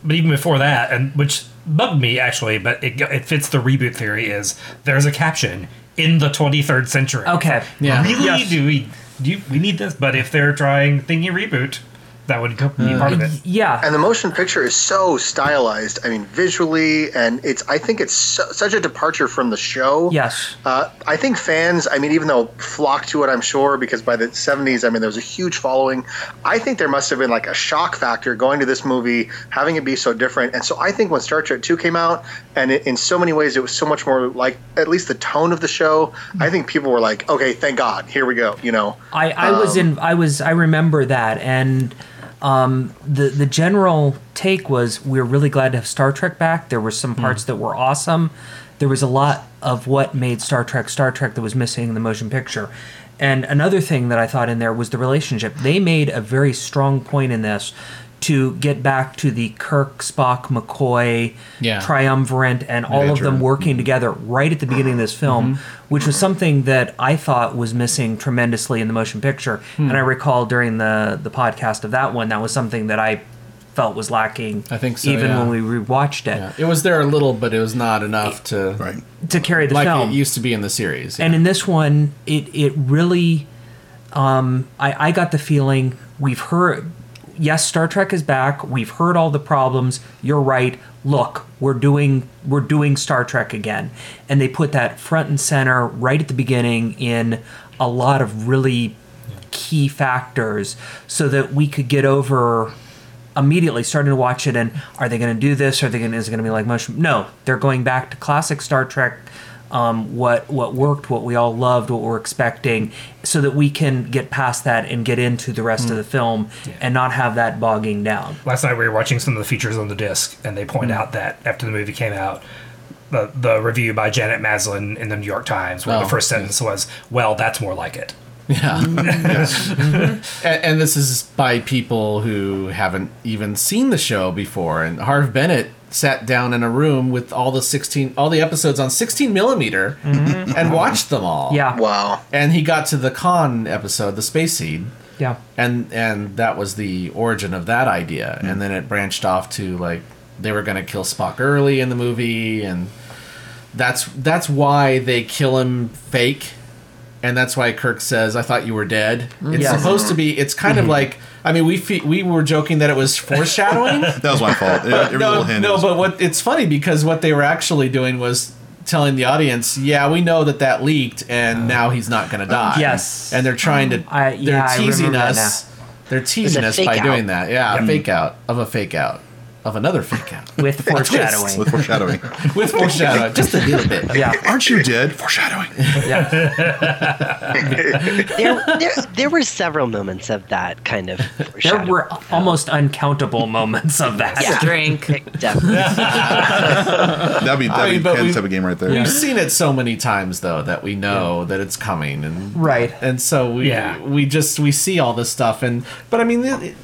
but even before that, and which bugged me actually, but it, it fits the reboot theory is there's a caption in the 23rd century. Okay. Yeah. Really? Yes. Do we do you- we need this? But if they're trying thingy reboot, that would co- be part of Uh, it. Yeah. and the motion picture is so stylized. I mean, visually, and it's I think it's so, such a departure from the show. yes. Uh, I think fans, I mean, even though flock to it, I'm sure, because by the 70s, I mean, there was a huge following. I think there must have been like a shock factor going to this movie, having it be so different. And so I think when Star Trek 2 came out, and it, in so many ways, it was so much more like at least the tone of the show, I think people were like, okay, thank God, here we go, you know? I, I was in I was I remember that and um, the the general take was we are really glad to have Star Trek back. There were some parts that were awesome. There was a lot of what made Star Trek Star Trek that was missing in the motion picture. And another thing that I thought in there was the relationship. They made a very strong point in this to get back to the Kirk Spock McCoy Yeah. triumvirate and all of them Veteran. working Mm-hmm. together right at the beginning of this film, which was something that I thought was missing tremendously in the motion picture. Hmm. And I recall during the the podcast of that one, that was something that I felt was lacking. I think so, even yeah. when we rewatched it yeah. it was there a little, but it was not enough to Right. to carry the like film. it used to be in the series. and in this one, it it really, um, I I got the feeling we've heard. Yes, Star Trek is back. We've heard all the problems. You're right. Look, we're doing we're doing Star Trek again, and they put that front and center right at the beginning in a lot of really key factors, so that we could get over immediately started to watch it and are they going to do this? Are they going to, is it going to be like Mushroom? No, they're going back to classic Star Trek. Um, what what worked, what we all loved, what we're expecting, so that we can get past that and get into the rest of the film and not have that bogging down. Last night we were watching some of the features on the disc, and they point out that after the movie came out, the, the review by Janet Maslin in the New York Times, where Oh, the first yeah. sentence was, "Well, that's more like it." Yeah. and, and this is by people who haven't even seen the show before. And Harv Bennett sat down in a room with all the 16, all the episodes on 16 millimeter and watched them all. Yeah, Wow. And he got to the con episode, the space seed. yeah. And, and that was the origin of that idea. And then it branched off to like, they were going to kill Spock early in the movie. And that's, that's why they kill him fake and that's why Kirk says, "I thought you were dead." It's Yes. supposed to be. It's kind of like. I mean, we fe- we were joking that it was foreshadowing. <laughs> That was my fault. Every no, little hint no, was- but what it's funny because what they were actually doing was telling the audience, "Yeah, we know that that leaked, and Oh. now he's not Uh, going to die." Yes. and they're trying to. I- they're yeah, I teasing remember that us. They're teasing It's a us by fake doing out. that. Yeah, a fake out of a fake out of another fake <laughs> out With foreshadowing. with foreshadowing. with foreshadowing, just a little <laughs> bit. yeah, Aren't you dead? Foreshadowing. yeah. <laughs> there, there, there were several moments of that kind of. There foreshadowing. were almost uncountable moments of that. Yeah. Drink. Definitely. That'd be I that'd mean, be but Ken's we- type of game right there. We've seen it so many times though that we know that it's coming and Right. and so we Yeah. we just we see all this stuff and but I mean it, it-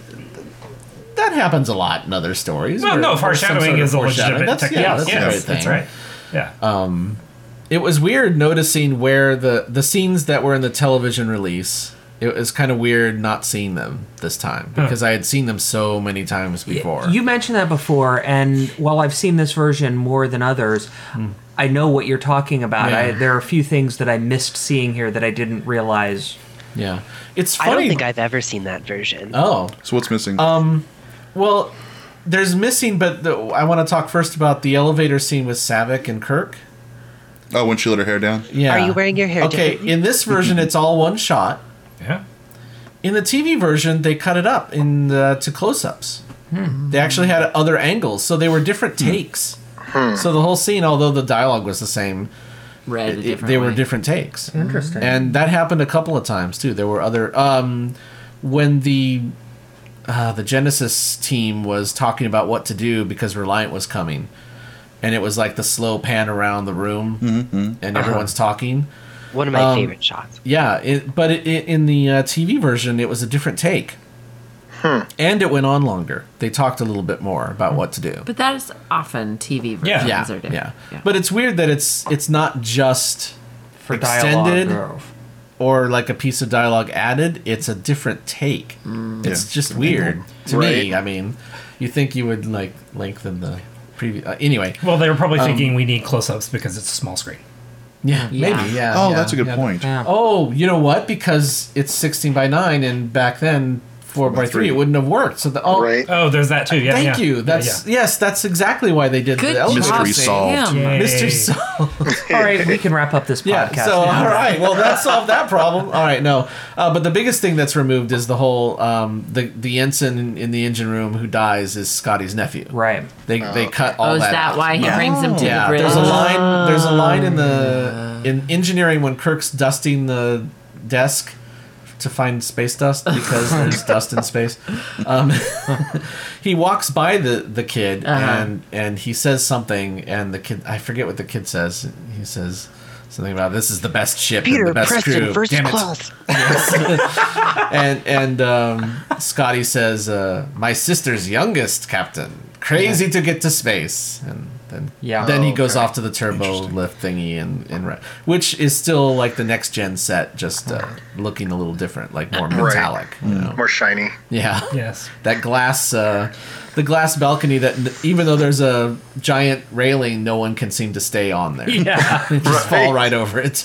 that happens a lot in other stories. Well, where- no, where some foreshadowing sort of is a foreshadowing. legitimate That's, technique. yeah, that's, yes, the right that's thing. right. Uh, Yeah. It was weird noticing where the the scenes that were in the television release. It was kind of weird not seeing them this time because I had seen them so many times before. You mentioned that before, and while I've seen this version more than others, I know what you're talking about. Yeah. I, there are a few things that I missed seeing here that I didn't realize. yeah, it's I funny. don't think I've ever seen that version. oh, So what's missing? Well, there's missing, but the, I want to talk first about the elevator scene with Savick and Kirk. oh, when she let her hair down. Yeah. Are you wearing your hair Okay, differently? in this version, it's all one shot. yeah. In the TV version, they cut it up in uh, to close-ups. Hmm. They actually had other angles, so they were different takes. So the whole scene, although the dialogue was the same, Read a it- different they were way. different takes. Interesting. and that happened a couple of times too. There were other um, when the uh, the Genesis team was talking about what to do because Reliant was coming, and it was like the slow pan around the room, Mm-hmm. and everyone's Uh-huh. talking. One of my um, favorite shots. Yeah, it, but it, it, in the uh, TV version, it was a different take, and it went on longer. They talked a little bit more about what to do. But that is often TV versions Yeah. yeah, are different. yeah, but it's weird that it's it's not just For Extended. dialogue, or- or like a piece of dialogue added, it's a different take. It's Yeah. just weird to me. Right. I mean, you think you would like lengthen the previous? Uh, anyway, Well, they were probably thinking we need close-ups because it's a small screen. yeah, <laughs> Yeah. maybe, yeah. oh, yeah, that's a good yeah. point. yeah. Oh, you know what? Because it's sixteen by nine, and back then four by three, three. it wouldn't have worked. So the oh, Right. Oh, there's that too. Yeah. thank yeah. you. That's yes, that's exactly why they did Good the job, elevator Mystery scene. solved. Sam. Yeah. Mystery Yay. solved. <laughs> All right, we can wrap up <laughs> this Yeah. podcast. So now. all right. Well, that solved that problem. All right. No. Uh, but the biggest thing that's removed is the whole um, the the ensign in, in the engine room who dies is Scotty's nephew. Right. They they cut all Oh, is that. that, out. why he Yeah. brings him to Yeah. the bridge? There's a line. Ah. There's a line in the in engineering when Kirk's dusting the desk to find space dust <laughs> because there's dust in space. Um, <laughs> he walks by the the kid and and he says something and the kid I forget what the kid says. He says. Something about this is the best ship and Peter the best Preston, crew. first Damn it. class. and and um, Scotty says, uh, "My sister's youngest captain, crazy to get to space." And then Yeah. then he Oh, goes off to the turbo lift thingy and and re- which is still like the next gen set, just uh, looking a little different, like more metallic. You know? More shiny. Yeah. <laughs> Yes. That glass, uh, the glass balcony that, n- even though there's a giant railing, no one can seem to stay on there. Yeah. They just fall right over it.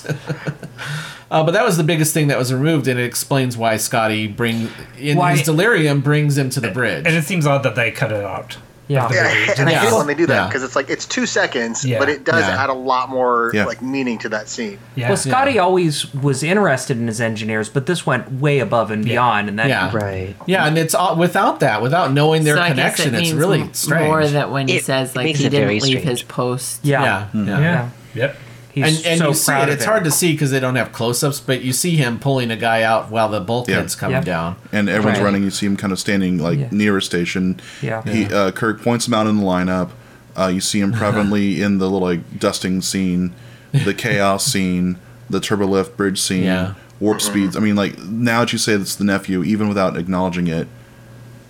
<laughs> uh, but that was the biggest thing that was removed, and it explains why Scotty bring in Why- his delirium brings him to the bridge. And it seems odd that they cut it out. Yeah. of the And I, movie. <laughs> and I <laughs> hate Yeah. when they do that Yeah. because it's like it's two seconds, Yeah. but it does Yeah. add a lot more Yeah. like meaning to that scene. Yeah. Well, Scotty always was interested in his engineers, but this went way above and beyond, and that Yeah. Right. Yeah, and it's all, without that, without knowing their I guess connection, it it's means really m- strange. More that when he It says like makes he it didn't very leave his strange. post. yeah, yeah, yeah. yeah. Yep. And, he's and so you see proud it. of It's hard to see because they don't have close-ups, but you see him pulling a guy out while the bulkhead's coming Yep. down. and everyone's Right. running. You see him kind of standing like Yeah. near a station. Yeah. He uh, Kirk points him out in the lineup. Uh, you see <laughs> him prevalently in the little like dusting scene, <laughs> the chaos scene, the turbo lift bridge scene, Yeah. warp speeds. I mean, like now that you say it's the nephew, even without acknowledging it,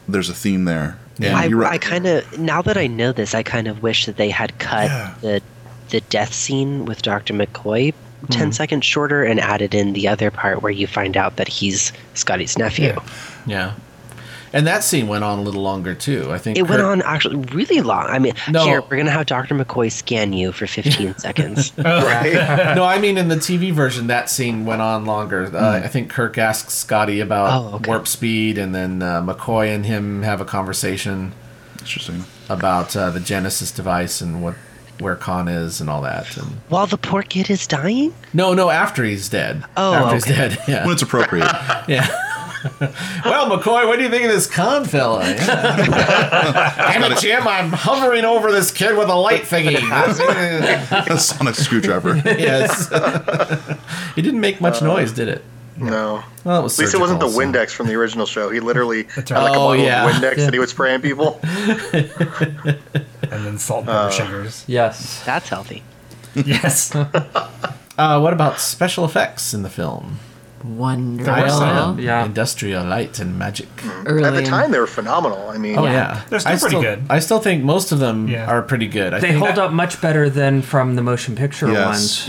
there's a theme there. And Yeah, I, you're I right. kind of now that I know this, I kind of wish that they had cut Yeah. the the death scene with Dr. McCoy Hmm. 10 seconds shorter and added in the other part where you find out that he's Scotty's nephew. Yeah, and that scene went on a little longer too. I think It went Kirk- on actually really long. I mean, No. here we're gonna have Dr. McCoy scan you <laughs> for 15 seconds. <laughs> no, I mean in the TV version, that scene went on longer. Uh, I think Kirk asks Scotty about Oh, okay. warp speed, and then uh, McCoy and him have a conversation Interesting. about uh, the Genesis device and what where Khan is and all that. And While the poor kid is dying, no, no, after he's dead. Oh, after he's okay. dead. <laughs> When Yeah, it's <laughs> appropriate. yeah. well, McCoy, what do you think of this Khan fella? Yeah. Damn it, Jim! I'm hovering over this kid with a light <laughs> thingy. a sonic screwdriver. <laughs> yes. it didn't make much noise, did it? No, Well, it was at least it wasn't the surgical, so- Windex from the original show. He literally had like a Oh, bottle yeah. of Windex that he would spray <laughs> on people. And then salt and <laughs> pepper shakers. Yes. that's healthy. Yes. Uh, what about special effects in the film? Wonderful. ILM, yeah. Industrial light and magic. Early At the in- time, they were phenomenal. I mean, Oh yeah, Yeah. They're still I pretty still, good. I still think most of them Yeah. are pretty good. I They think hold up much better than from <laughs> the motion picture Yes.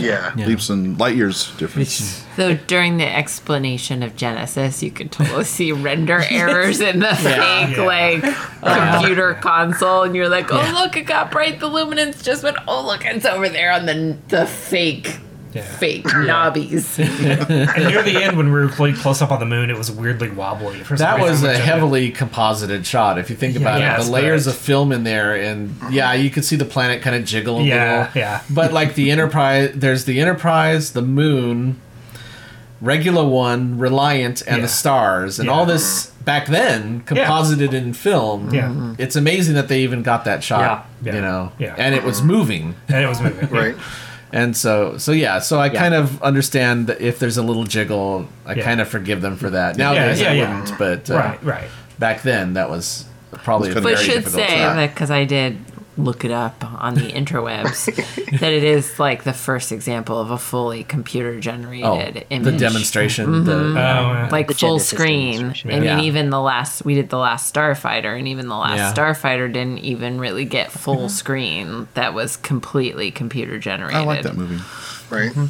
ones. yeah. Leaps and light years difference. It's- Though during the explanation of Genesis, you could totally see render errors in the fake Yeah. like computer console, and you're like, "Oh look, it got bright. The luminance just went. Oh look, it's over there on the the fake." Yeah. Fake knobbies. and near the end, when we were playing close up on the moon, it was weirdly wobbly. For some that reason, was a which I- heavily composited shot. If you think about Yeah, it, it's the layers correct. of film in there, and yeah, you could see the planet kind of jiggle a Yeah, little. yeah. But like the Enterprise, there's the Enterprise, the Moon, Regular One, Reliant, and Yeah. the stars, and Yeah. all this back then composited in film. Yeah. It's amazing that they even got that shot. Yeah. You Yeah. know, Yeah. and it was moving. And it was moving. Right. And so, so yeah, so I kind of understand that if there's a little jiggle, I Yeah. kind of forgive them for that. Nowadays, yeah, I yeah. wouldn't, but uh, Right, right. back then, that was probably a But very but should difficult say track. that because I did look it up on <laughs> the interwebs that it is like the first example of a fully computer generated oh, image the demonstration, Mm-hmm. the, uh, <laughs> Um, like The full Genesis screen demonstration. i mean Yeah. even the last we did the last starfighter and even the last Yeah. starfighter didn't even really get <laughs> full screen that was completely computer generated I like that movie. Right. Mm-hmm.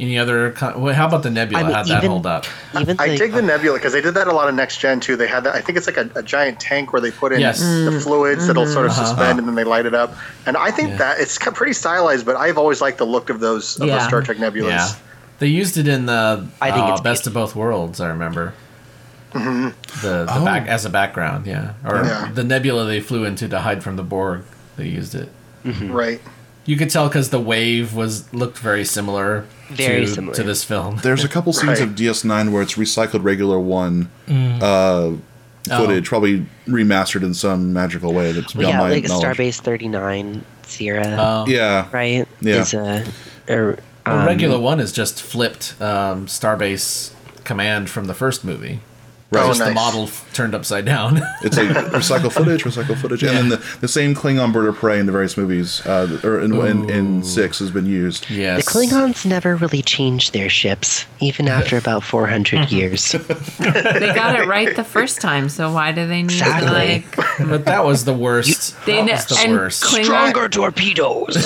any other. Con- well, how about the nebula? I mean, How'd that even- hold up? Even I the, dig uh, the nebula because they did that a lot of next gen too. They had that. I think it's like a, a giant tank where they put in Yes. Mm-hmm. Uh-huh. the fluids that'll sort of suspend and then they light it up. And I think that it's ki- pretty stylized, but I've always liked the look of those of Yeah. the Star Trek nebulas. Yeah, they used it in the I think uh, it's Mm-hmm. best of both worlds. I remember. The, the back as a background, Oh. yeah, or Yeah. the nebula they flew into to hide from the Borg. They used it. Right. You could tell because the wave was looked very similar, Very to, similar. to this film. There's a couple scenes of Right. DS9 where it's recycled regular one Mm. uh, footage, probably remastered in some magical way that's well, beyond Oh. yeah, my like Oh. knowledge. Starbase 39 Sierra, yeah, right? Yeah. Is a, a- The um, regular one is just flipped um, Starbase command from the first movie. Right. Oh, just the nice. model f- turned upside down. <laughs> It's <laughs> like recycle footage, recycle footage, and then the, the same Klingon bird of prey in the various movies, uh, or in, in, in six has been used. yes. The Klingons never really changed their ships, even after about 400 years. they got it right the first time so why do they need Exactly. to <laughs> like But that was the worst. they that was the and worst. Klingon- Stronger torpedoes!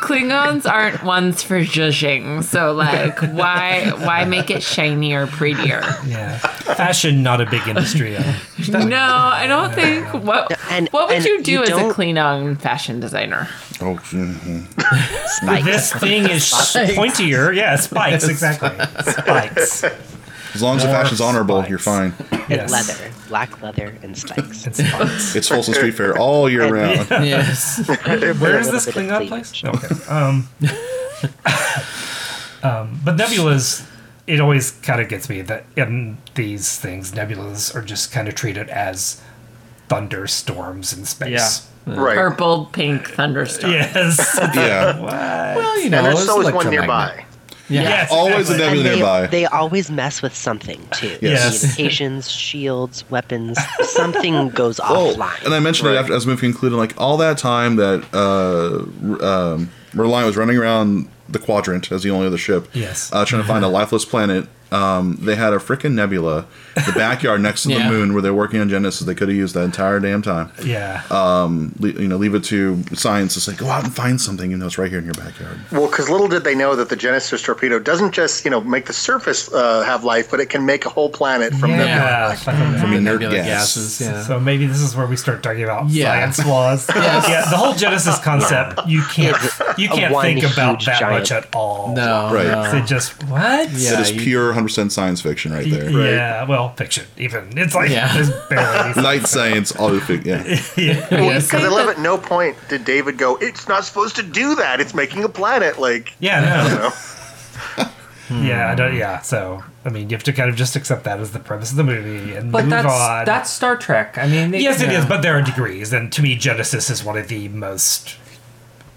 Klingons aren't ones for judging, so like, why why make it shinier, prettier? yeah. Fashion, not a big industry. um, No, I don't think. What <laughs> and- what would and you do you as a don't- Klingon fashion designer? Oh, mhm. <laughs> This thing is s- pointier. Yeah, spikes. Exactly. Spikes. As long as the More fashion's honorable, you're fine. spikes. Yes. Leather, black leather, and spikes. It's fun. It's <laughs> Folsom Street Fair all year round. <laughs> Yes. <laughs> Where is this Klingon place? Okay. Um, <laughs> um, but nebulas, it always kind of gets me that in these things, nebulas are just kind of treated as thunderstorms in space. Mm-hmm. Right. Purple, pink <laughs> <laughs> thunderstorm. Yes. Yeah. What? Well, you know, and there's it's always one electromagnetic. nearby. Yeah. Yes, Always a exactly. nebula And they, nearby. they always mess with something too. Yes. Communications, shields, <laughs> weapons. Something goes Oh, offline. and I mentioned it after as the movie concluded, like all that time that uh, R- um, Merlion was running around the quadrant as the only other ship, Yes. uh, trying to find a Mm-hmm. lifeless planet. Um, they had a freaking nebula, the backyard next <laughs> to Yeah. the moon where they're working on Genesis. They could have used that entire damn time. Yeah. Le- you know, leave it to science to say, go out and find something. You know, it's right here in your backyard. Well, because little did they know that the Genesis torpedo doesn't just you know make the surface uh, have life, but it can make a whole planet from the yeah. fucking I mean, nerd Nebula gas. gases. mm-hmm. Yeah. So maybe this is where we start talking about Yeah. <laughs> science laws. Yeah, the whole Genesis concept you can't you a can't one think about huge that giant- much at all. no. Right. no. So it just what? Yeah. It is you- pure 100% science <laughs> fiction right there. Yeah, well, fiction even. It's like Yeah. there's barely Light science, all the fi- yeah. Are you Because I saying love that at no point did David go, it's not supposed to do that. It's making a planet. Like, you Yeah, know, no. yeah, I don't yeah. So I mean you have to kind of just accept that as the premise of the movie and But move that's on. that's Star Trek. I mean, yes it yeah. is, but there are degrees, and to me Genesis is one of the most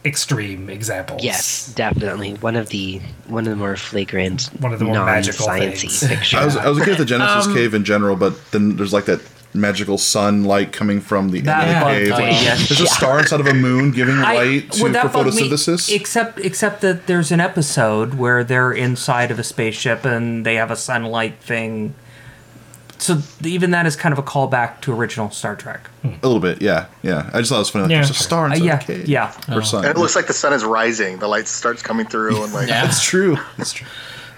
extreme examples. Yes, definitely one of the one of the more flagrant, One of the more magical non-science-y things. fiction. I was, I was okay with the Genesis cave in general, but then there's like that magical sunlight coming from the That end of the bugged cave. me. There's a star inside of a moon giving I- light to would that bug me? photosynthesis. except except that there's an episode where they're inside of a spaceship and they have a sunlight thing. So even that is kind of a callback to original Star <laughs> Trek. a little bit, yeah, yeah. I just thought it was funny. Like, Yeah. There's a star inside yeah, a cave. yeah. Or sun. and it looks like the sun is rising. The light starts coming through, and like, Yeah. It's true. It's true.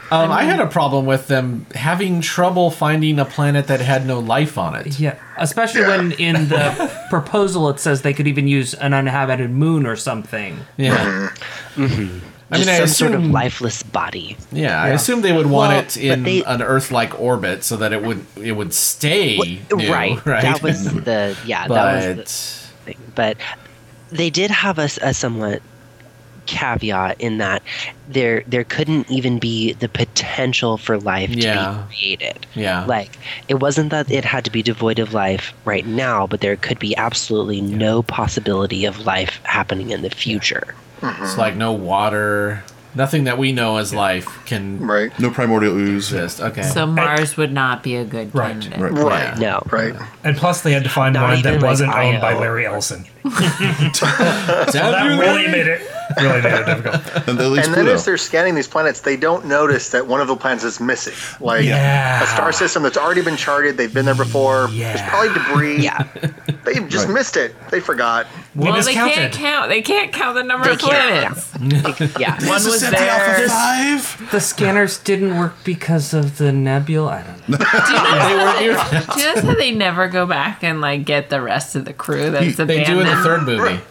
Um, I had a problem with them having trouble finding a planet that had no life on it. Yeah, especially when in the proposal it says they could even use an uninhabited moon or something. Yeah. I Just mean, I some assume, sort of lifeless body. Yeah, I assume they would want Well, it in but they- an Earth-like orbit so that it would it would stay new, <laughs> right, right. That was the yeah. That was but the, thing. But they did have a, s- a somewhat caveat in that there there couldn't even be the potential for life Yeah. Oh. to be created. yeah, Like it wasn't that it had to be devoid of life right now, but there could be absolutely no possibility of life happening in the future. it's like no water, nothing that we know as life can <laughs> right, No primordial ooze. exist. Okay, So Mars would not be a good Right, candidate. Right. right, No. right. And plus they had to find Not one even, that like, wasn't owned by IO. Larry Ellison. Is that That you really there? made it really made it difficult. <laughs> And at least And then Pluto. as they're scanning these planets, they don't notice that one of the planets is missing. Like Yeah. a star system that's already been charted. They've been there before. Yeah. There's probably debris. Yeah. They just Right. missed it. They forgot. We Well, they discounted. can't count. They can't count the number of They can't planets. yeah. One was Set the alpha there. five. The scanners didn't work because of the nebula. I don't know. Do you notice how they never go back and like get the rest of the crew <laughs> that's They abandoned? do in the third movie.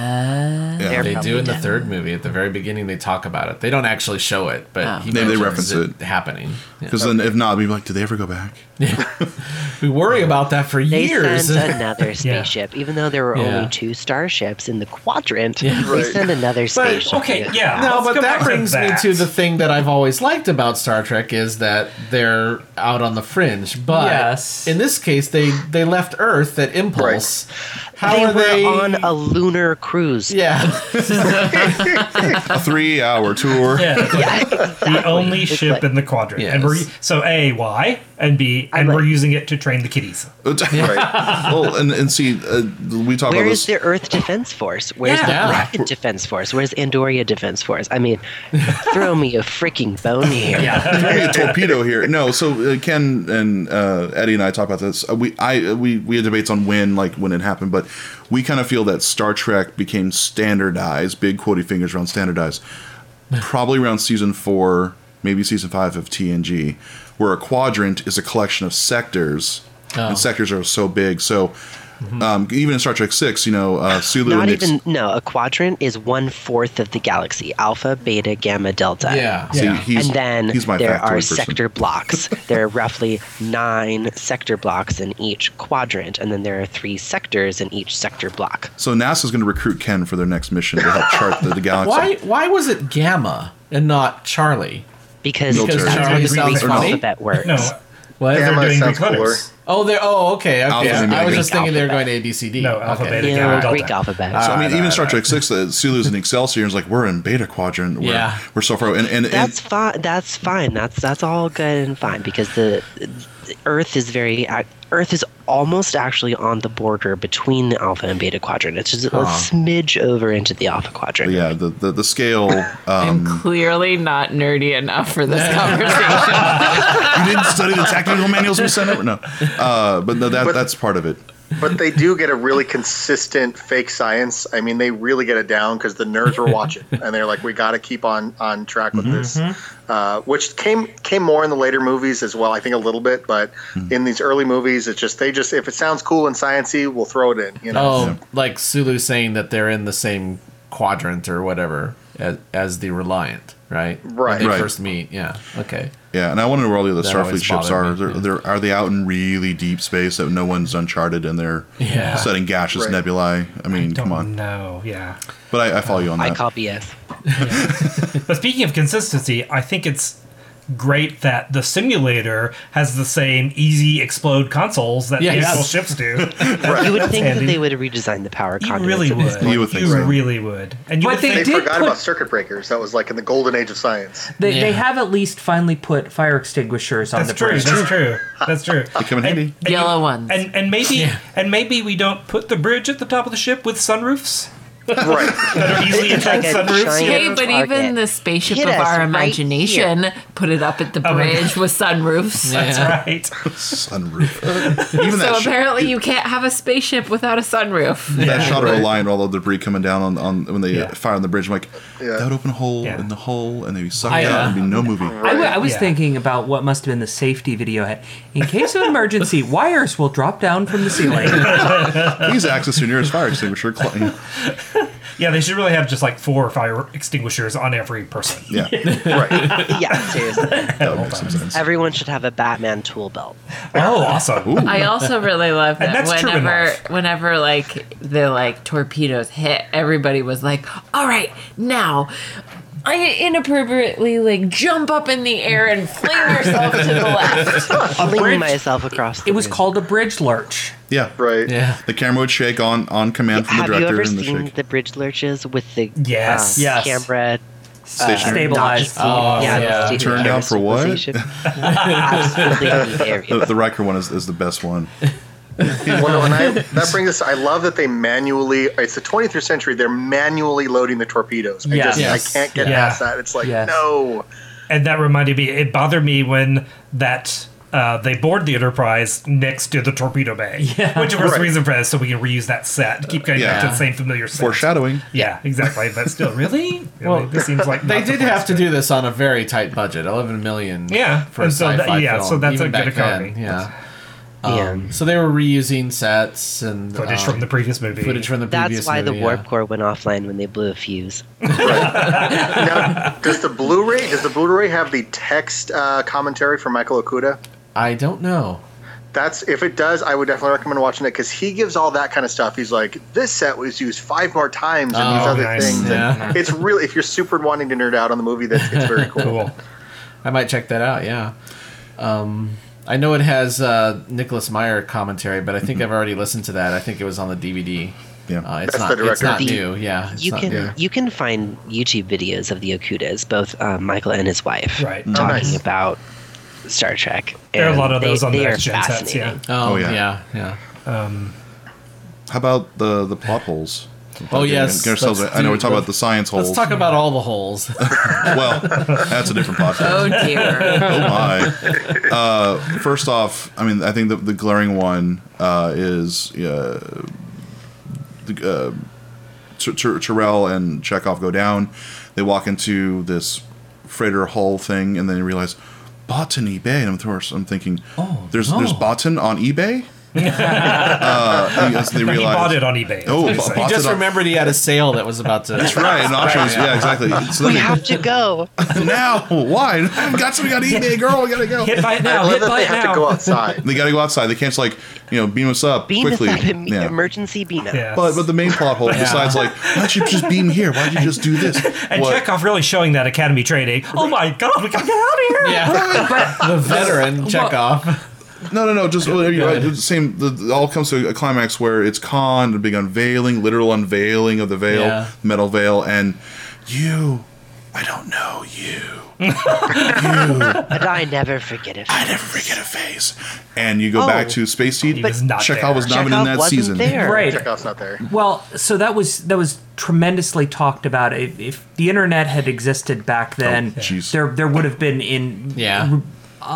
Yeah. They They, do in the third movie. At the very beginning, they talk about it. They don't actually show it, but Oh. he They- they mentions reference it. happening. Yeah. Because then, if not, we'd be like, did they ever go back? We worry about that for They years. <laughs> sent another spaceship, even though there were Yeah. only two starships in the quadrant. They Right. sent another spaceship. Okay, yeah. No, let's go but back that brings that. me to the thing that I've always liked about Star Trek is that they're out on the fringe. But Yes. in this case, they they left Earth at impulse. How They are were they on a lunar <laughs> cruise. <laughs> Yeah, A three-hour tour. Yeah, that's the only It's ship like- in the quadrant, and we're Yes. so a why and b and like- we're using it to train the kitties. <laughs> right. Well, and, and see, uh, we talk Where about is this. the Earth Defense Force? Where's Yeah. the Rocket Defense Force? Where's Andoria Defense Force? <laughs> I mean, throw me a freaking bone here. Throw me a torpedo here. No, so uh, Ken and uh, Eddie and I talk about this. Uh, we I uh, we we had debates on when like when it happened, but we kind of feel that Star Trek became standardized. Big quotey fingers around standardized. Probably around season four, maybe season five of TNG, where a quadrant is a collection of sectors, Oh. Mm-hmm. and sectors are so big. So Um, even in Star Trek Six, you know, uh, Sulu Not and Nix- even no. A quadrant is one fourth of the galaxy: alpha, beta, gamma, delta. Yeah. See, Yeah. he's, and then he's my there factoid are person. <laughs> sector blocks. there are roughly nine sector blocks in each quadrant, and then there are three sectors in each sector block. So NASA's going to recruit Ken for their next mission to help <laughs> chart the, the galaxy. Why why was it Gamma and not Charlie? Because Military. that's how Sorry, the sounds Greek funny. alphabet works. No, What? Yeah, they're Gamma doing sounds reclinics. Oh, they're oh okay okay. Alpha and I was Omega. just thinking they were going Alphabet. A B C D. No, alpha, okay. beta, You gamma, know, delta. Greek alphabet. So, I mean, Alright, even Star Trek Six, uh, Sulu's in Excelsior, and it's like we're in Beta Quadrant. We're, Yeah. we're so far. And, and, and that's fine. That's fine. That's that's all good and fine because the, the Earth is very ac- Earth is almost actually on the border between the alpha and beta quadrant. It's just a smidge over into the alpha quadrant. yeah, the the, the scale. <laughs> I'm Um, clearly not nerdy enough for this conversation. you didn't study the technical manuals we sent over. No, uh, but no, that that's part of it. But they do get a really consistent fake science. I mean, they really get it down because the nerds were watching, and they're like, "We got to keep on on track with this," uh, which came came more in the later movies as well. I think a little bit, but in these early movies, it's just they just if it sounds cool and sciency, we'll throw it in. You know, Oh, like Sulu saying that they're in the same quadrant or whatever as, as the Reliant, right? Right. When they Right. first meet. Yeah. Okay. Yeah, and I want to know where all the other That Starfleet always ships are. bothered They're, me, yeah. they're, are they out in really deep space that no one's uncharted and they're Yeah. setting gaseous Right. nebulae? I mean, come on. No, yeah. But I, I follow you on I that. call BS. But speaking of consistency, I think it's great that the simulator has the same easy explode consoles that Yes. actual ships do. You would That's think handy. that they would redesign the power. You conduit really for this. would. You would think so. really would. And you But would they they think did forgot put- about circuit breakers. That was like in the golden age of science. They, they Yeah. have at least finally put fire extinguishers on that's the true. bridge. That's true. That's <laughs> true. They come <laughs> in handy. you- Yellow ones. And and maybe Yeah. and maybe we don't put the bridge at the top of the ship with sunroofs right. that are easily It's like attached a sunroofs. giant- Yeah. Hey, but even Target. the spaceship Hit of us our right imagination put it up at the my bridge with sunroofs. Yeah. Right. Sunroof. Even So that, shot- apparently, you can't have a spaceship without <laughs> a sunroof. that shot of a line, all the debris coming down on, on when they Yeah. fire on the bridge. I'm like, Yeah. that would open a hole Yeah. in the hole, and they'd be sucked I, out. uh, and be no movie. <laughs> I, w- I was Yeah. thinking about what must have been the safety video had. In case of <laughs> emergency, wires will drop down from the ceiling. Please access your nearest fire extinguisher. Cl- <laughs> you know, Yeah, they should really have just like four fire extinguishers on every person. Yeah, Right. <laughs> Yeah, <laughs> seriously. that would make some sense. Everyone should have a Batman tool belt. Oh, awesome. I also really love And that that's true whenever, enough. whenever like the like torpedoes hit, everybody was like, "All right, now." I inappropriately like jump up in the air and fling yourself to the <laughs> left. Fling myself across. The it was room. called a bridge lurch. Yeah, Right. Yeah. the camera would shake on on command from the Have you director, ever and the seen uh, shake the bridge lurches with the Yes. uh, Yes. camera stationary. Stabilized. Oh, yeah, yeah. it's- Turned yeah, down for what? <laughs> civilization. Absolutely the, hilarious. the Riker one is, is the <laughs> best one. well, and I, that brings us. I love that they manually. It's the 23rd century. They're manually loading the torpedoes. I just Yes. I can't get Yeah. past that. It's like Yes. no. And that reminded me, it bothered me when that uh, they board the Enterprise next to the torpedo bay. Yeah. Which, of course, the Right. reason for that is so we can reuse that set. Keep going back to Yeah. the same familiar set. Foreshadowing. Yeah, exactly. But still, <laughs> really? well, this seems like They not the did place have to do this on a very tight budget, eleven million. Yeah, for a and so that- sci-fi yeah, film, so that's even a good back then, economy. Yeah. Um, Yeah. So they were reusing sets and Footage um, from the previous movie. footage from the That's previous why the movie, warp core went offline when they blew a fuse. Now, does the Blu-ray does the Blu-ray have the text uh, commentary from Michael Okuda? Yeah. I don't know. That's if it does, I would definitely recommend watching it because he gives all that kind of stuff. He's like, this set was used five more times and these Oh, other nice. things. Yeah. And it's really if you're super wanting to nerd out on the movie, that's it's very cool. Cool. I might check that out. Yeah. Um, I know it has uh, Nicholas Meyer commentary, but I Mm-hmm. think I've already listened to that. I think it was on the DVD. Yeah. Uh, it's That's not. the It's not director. new. Yeah. It's You not can new. you can find YouTube videos of the Okudas, both uh, Michael and his wife, Right. Oh, talking nice. about Star Trek. There are a and lot of they- those on they the are next-gen sets, yeah. fascinating. Oh, Oh, yeah. yeah. Yeah. Yeah. How about the the plot holes? Oh, yes. Get ourselves- Let's I know do- we're talking about the science holes. Let's talk about all the holes. well, that's <laughs> a different podcast. Oh dear. <laughs> Oh my! <laughs> Uh, first off, I mean, I think the, the glaring one uh, is uh, the, uh, T- T- Terrell and Chekhov go down. They walk into this freighter hull thing, and then they realize Botan eBay. And of course, I'm thinking, Oh, there's no. there's Botan on eBay. uh, as they He realized. bought it on eBay. Oh, That's bought what I'm saying. it Just on- remembered he had a sale that was about to. That's right, an auction was- yeah, exactly. So We then have <laughs> to go. they- now, why? <laughs> I've got something on eBay, girl. We gotta go. Hit by it now. I love Hit that by they it have now. to go <laughs> outside. They gotta go outside. They can't just like you know beam us up Beam quickly. us up, imme- Yeah. emergency beam up. Yeah. But but the main plot hole besides like why'd you just beam here? Why'd you just do this? <laughs> and What- Chekhov really showing that Academy training. Oh my God, we gotta get out of here. <laughs> Yeah. the veteran Chekhov. No, no, no. Just well, you know, the same. The, the- all comes to a climax where it's Khan, the big unveiling, literal unveiling of the veil, Yeah. metal veil, and you. I don't know you. But I never forget it. I never forget a face. And you go Oh. back to Space Seed. He was not Chekhov there. was Chekhov nominated in that wasn't season. there. Right. Chekhov's not there. Well, so that was that was tremendously talked about. If, if the internet had existed back then, Oh, jeez. there there would have been in Yeah. r-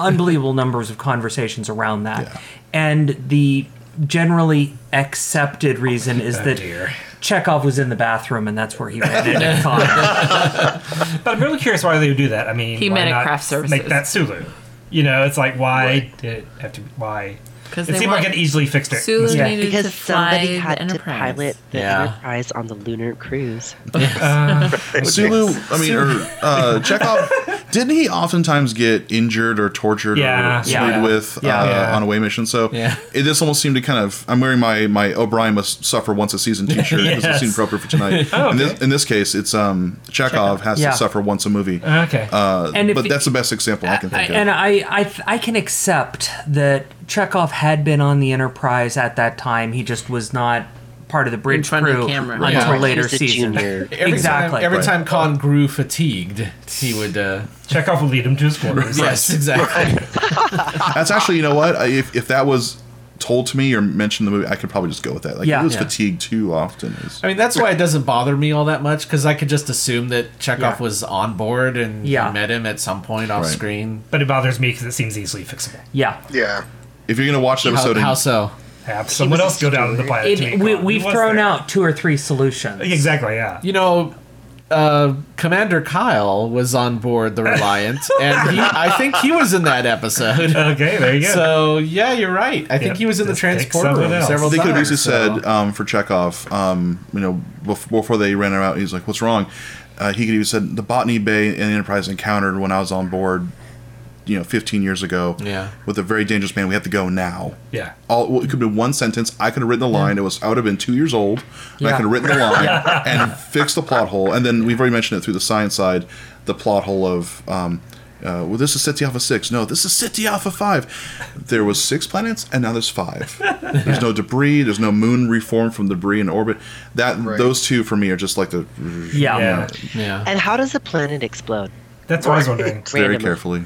unbelievable numbers of conversations around that. Yeah. And the generally accepted reason is that Oh, dear. Chekhov was in the bathroom and that's where he ran in <laughs> and thought, But I'm really curious why they would do that. I mean, He why met at not craft services. Make that Sulu. You know, it's like why did it have to? be- Why? <laughs> 'Cause it they seemed like want an easily fixed it. Sulu mistake. needed to Because fly somebody the had to Enterprise. pilot the Yeah. Enterprise on the lunar cruise. Sulu, I mean, or uh, Chekhov, didn't he oftentimes get injured or tortured Yeah, or screwed yeah. with Yeah. uh, Yeah. on away missions? So Yeah. it, this almost seemed to kind of. I'm wearing my my O'Brien must suffer once a season T-shirt. This Yes. seemed appropriate for tonight. in, this, in this case, it's um Chekhov has Yeah. to suffer once a movie. Okay. Uh, And if but it- that's the best example I can think of. and I, I th- I can accept that Chekhov had been on the Enterprise at that time. He just was not part of the bridge front of crew camera. until Right. He was later a season. junior. Every exactly. Time, every Right. time Khan grew fatigued, he would. Uh, Chekhov will lead him to his quarters. yes, exactly. That's actually, you know what? I- If, if that was told to me or mentioned in the movie, I could probably just go with that. Like, Yeah. it was Yeah. fatigued too often. Is, I mean, that's why it doesn't bother me all that much because I could just assume that Chekhov Yeah. was on board and Yeah. you met him at some point off Right. screen. But it bothers me because it seems easily fixable. Yeah. Yeah. if you're going to watch the How, episode, how and, so? Have someone else go down to the planet. to It, meet we, Khan. He we've was thrown there. out two or three solutions. Exactly. Yeah. You know, uh, Commander Kyle was on board the Reliant, and he, I think he was in that <laughs> episode. Okay. There you go. So yeah, you're right. I think Yep, he was in the just pick transporter someone room else. several they could have times, easily so- said um, for Chekhov, um, you know, bef- before they ran him out, he's like, what's wrong? Uh, he could have said, the Botany Bay and the Enterprise encountered when I was on board, you know, 15 years ago Yeah. with a very dangerous man. We have to go now. yeah. all well, it could have been one sentence. I could have written the line. It was I would have been two years old. And I Yeah. could have written the line and fixed the plot hole. And then we've already mentioned it through the science side, the plot hole of um, uh, well, this is City Alpha Six. No, this is City Alpha Five. There was six planets, and now there's five. There's no debris. There's no moon reformed from debris in orbit. That those two for me are just like the Yeah. Yeah. Yeah, And how does the planet <laughs> explode? That's what I was wondering. very Randomly. carefully.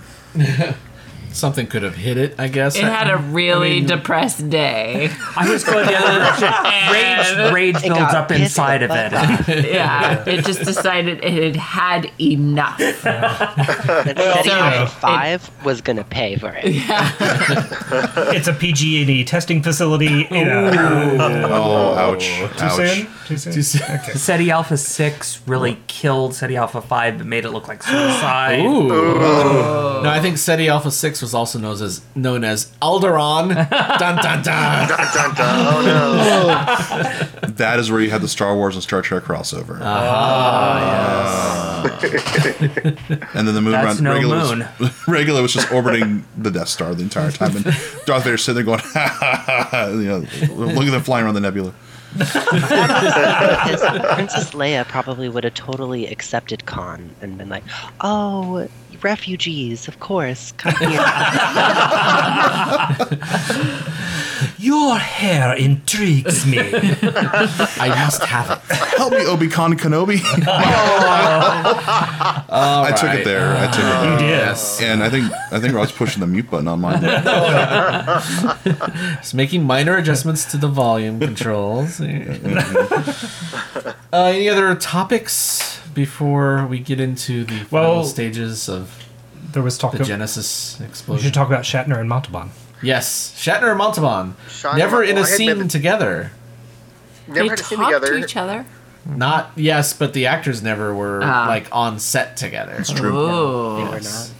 something could have hit it. I guess It <laughs> had a really depressed <laughs> day. I was going the other direction. And- Rage, rage <laughs> It builds got up pissed inside of the it. fuck off. Yeah, it just decided it had had enough. That City so- Alpha Five was gonna pay for it. It's a PG&E testing facility. You know. Oh, ouch! Too ouch. soon. Too soon. Too soon. <laughs> SETI Alpha 6 really killed SETI Alpha 5 but made it look like suicide. Ooh. No, I think SETI Alpha Six was also known as known as <laughs> Alderon. dun dun dun. Dun, dun, dun. Oh <laughs> no. That is where you had the Star Wars and Star Trek crossover. and then the moon Ah, That's round no regular moon. Was, <laughs> regular was just orbiting the Death Star the entire time, and Darth Vader sitting there going, <laughs> ha, ha, ha, ha, you know, look at them flying around the nebula. Because Princess Leia probably would have totally accepted Khan and been like, "Oh, refugees, of course, come <laughs> here." Your hair intrigues me. I must have it. Help me, Obi Con <laughs> Kenobi. I took it there. I took it. You did. And I think I think I was pushing the mute button on mine. It's making minor adjustments to the <laughs> volume controls. uh, any other topics before we get into the final Well- stages of There was talk the of. Genesis we explosion? should talk about Shatner and Montalban. yes, Shatner and Montalban, Shatner never in and a Montalban had scene been- together. Never they had a scene talked together. to each other. Not yes, but the actors never were Ah. like on set together. True. Oh, or not.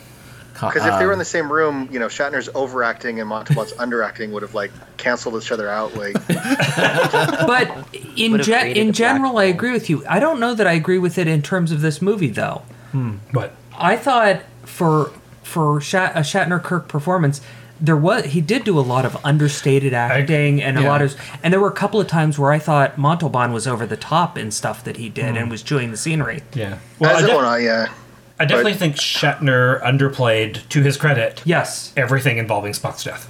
Co- Because if they were in um, the same room, you know, Shatner's overacting and Montalban's <laughs> underacting would have like canceled each other out. Like, but in Would've ge- created a in black general, I hole. agree with you. I don't know that I agree with it in terms of this movie, though. But I thought for for Shat- a Shatner Kirk performance, there was he did do a lot of understated acting and a lot of and there were a couple of times where I thought Montalban was over the top in stuff that he did and was chewing the scenery. yeah, well, I, as de- it went on, yeah. I definitely think Shatner underplayed, to his credit, Yes, everything involving Spock's death.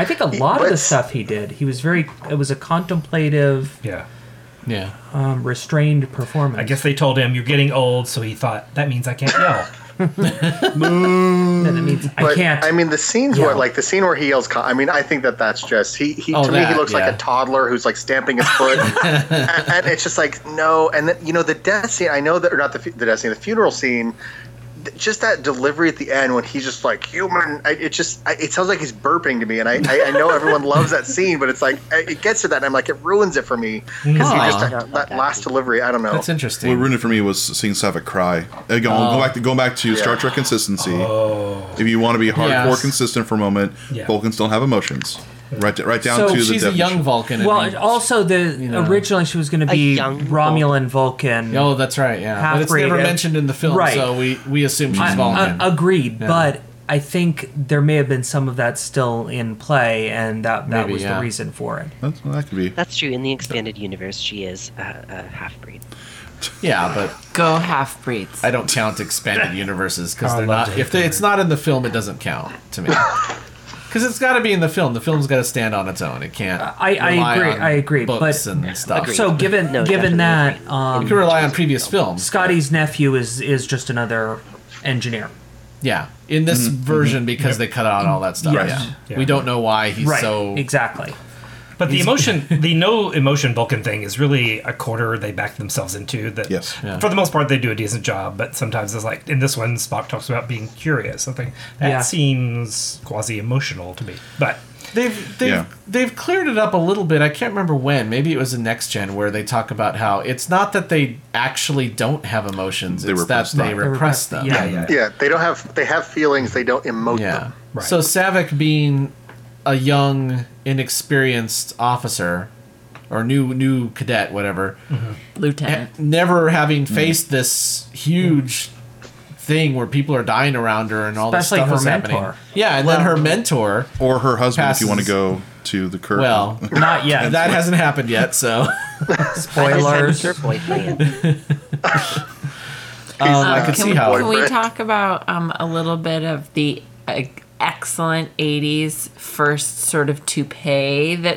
I think a lot of the but- stuff he did, he was very it was a contemplative, Yeah. yeah. um, restrained performance. I guess they told him you're getting old, so he thought that means I can't yell. that means I But, can't. I mean, the scenes Yeah. where like the scene where he yells, co- I mean, I think that that's just he. he Oh, to me, he that, looks yeah. like a toddler who's like stamping his <laughs> foot, and, and it's just like no. And then you know the death scene. I know that or not the, fu- the death scene, the funeral scene. th- Just that delivery at the end when he's just like human, I, it just I, it sounds like he's burping to me, and I, I, I know everyone <laughs> loves that scene, but it's like I, it gets to that, and I'm like it ruins it for me because Aw. just Don't that, love that that last delivery. I don't know. Hmm. That's interesting. What ruined it for me was seeing Savick cry. Again, Oh. go back to go back to Star Yeah. Trek consistency. If you want to be hardcore Yes. consistent for a moment, Yeah. Vulcans don't have emotions. Right, right down so to the Oh, she's a definition. young Vulcan. and well, he- it also the know. originally she was going to A be young Romulan Vulcan. Oh, that's right. Yeah, but it's Half-breed, never uh, mentioned in the film, right. so we we assume she's I- Vulcan. uh, agreed, but I think there may have been some of that still in play, and that that Maybe, was yeah. the reason for it. That's, well, that could be. That's true. In the expanded universe, she is a, a half breed. yeah, but Go half breeds. I don't count expanded universes because I they're love not. to hate If they, it's not in the film, it doesn't count to <laughs> me. Because it's got to be in the film. The film's got to stand on its own. It can't. I- I rely agree, on I agree, Books but- and stuff. Agreed. So given No, given definitely that, agree. you can um, rely on previous films. Scotty's nephew is is just another engineer. Yeah, in this Mm-hmm. version because they cut out all that stuff. Yes. Yeah. Yeah. we don't know why he's Right, so. exactly. But the emotion, the no emotion Vulcan thing is really a corner they back themselves into. That Yes. Yeah. for the most part they do a decent job, but sometimes it's like in this one Spock talks about being curious. Something that Yeah. seems quasi emotional to me. But They've they've Yeah. they've cleared it up a little bit. I can't remember when. Maybe it was in Next Gen where they talk about how it's not that they actually don't have emotions. They it's that repress they them. They repress repress- them. yeah. yeah, they don't have they have feelings, they don't emote Yeah. them. Right. So Savick being a young, inexperienced officer or new new cadet, whatever, Mm-hmm. Lieutenant. never having Mm. faced this huge thing where people are dying around her and all Especially this stuff her is happening. mentor. Yeah, and then her mentor. Or her husband, if you want to Passes- go to the Kirk. <laughs> Well, Not yet. that hasn't happened yet, so Spoilers. Spoilers. Your boyfriend. I Um, could can see we, how. Can we Boyfriend. talk about um, a little bit of the uh, excellent 80s first sort of toupee that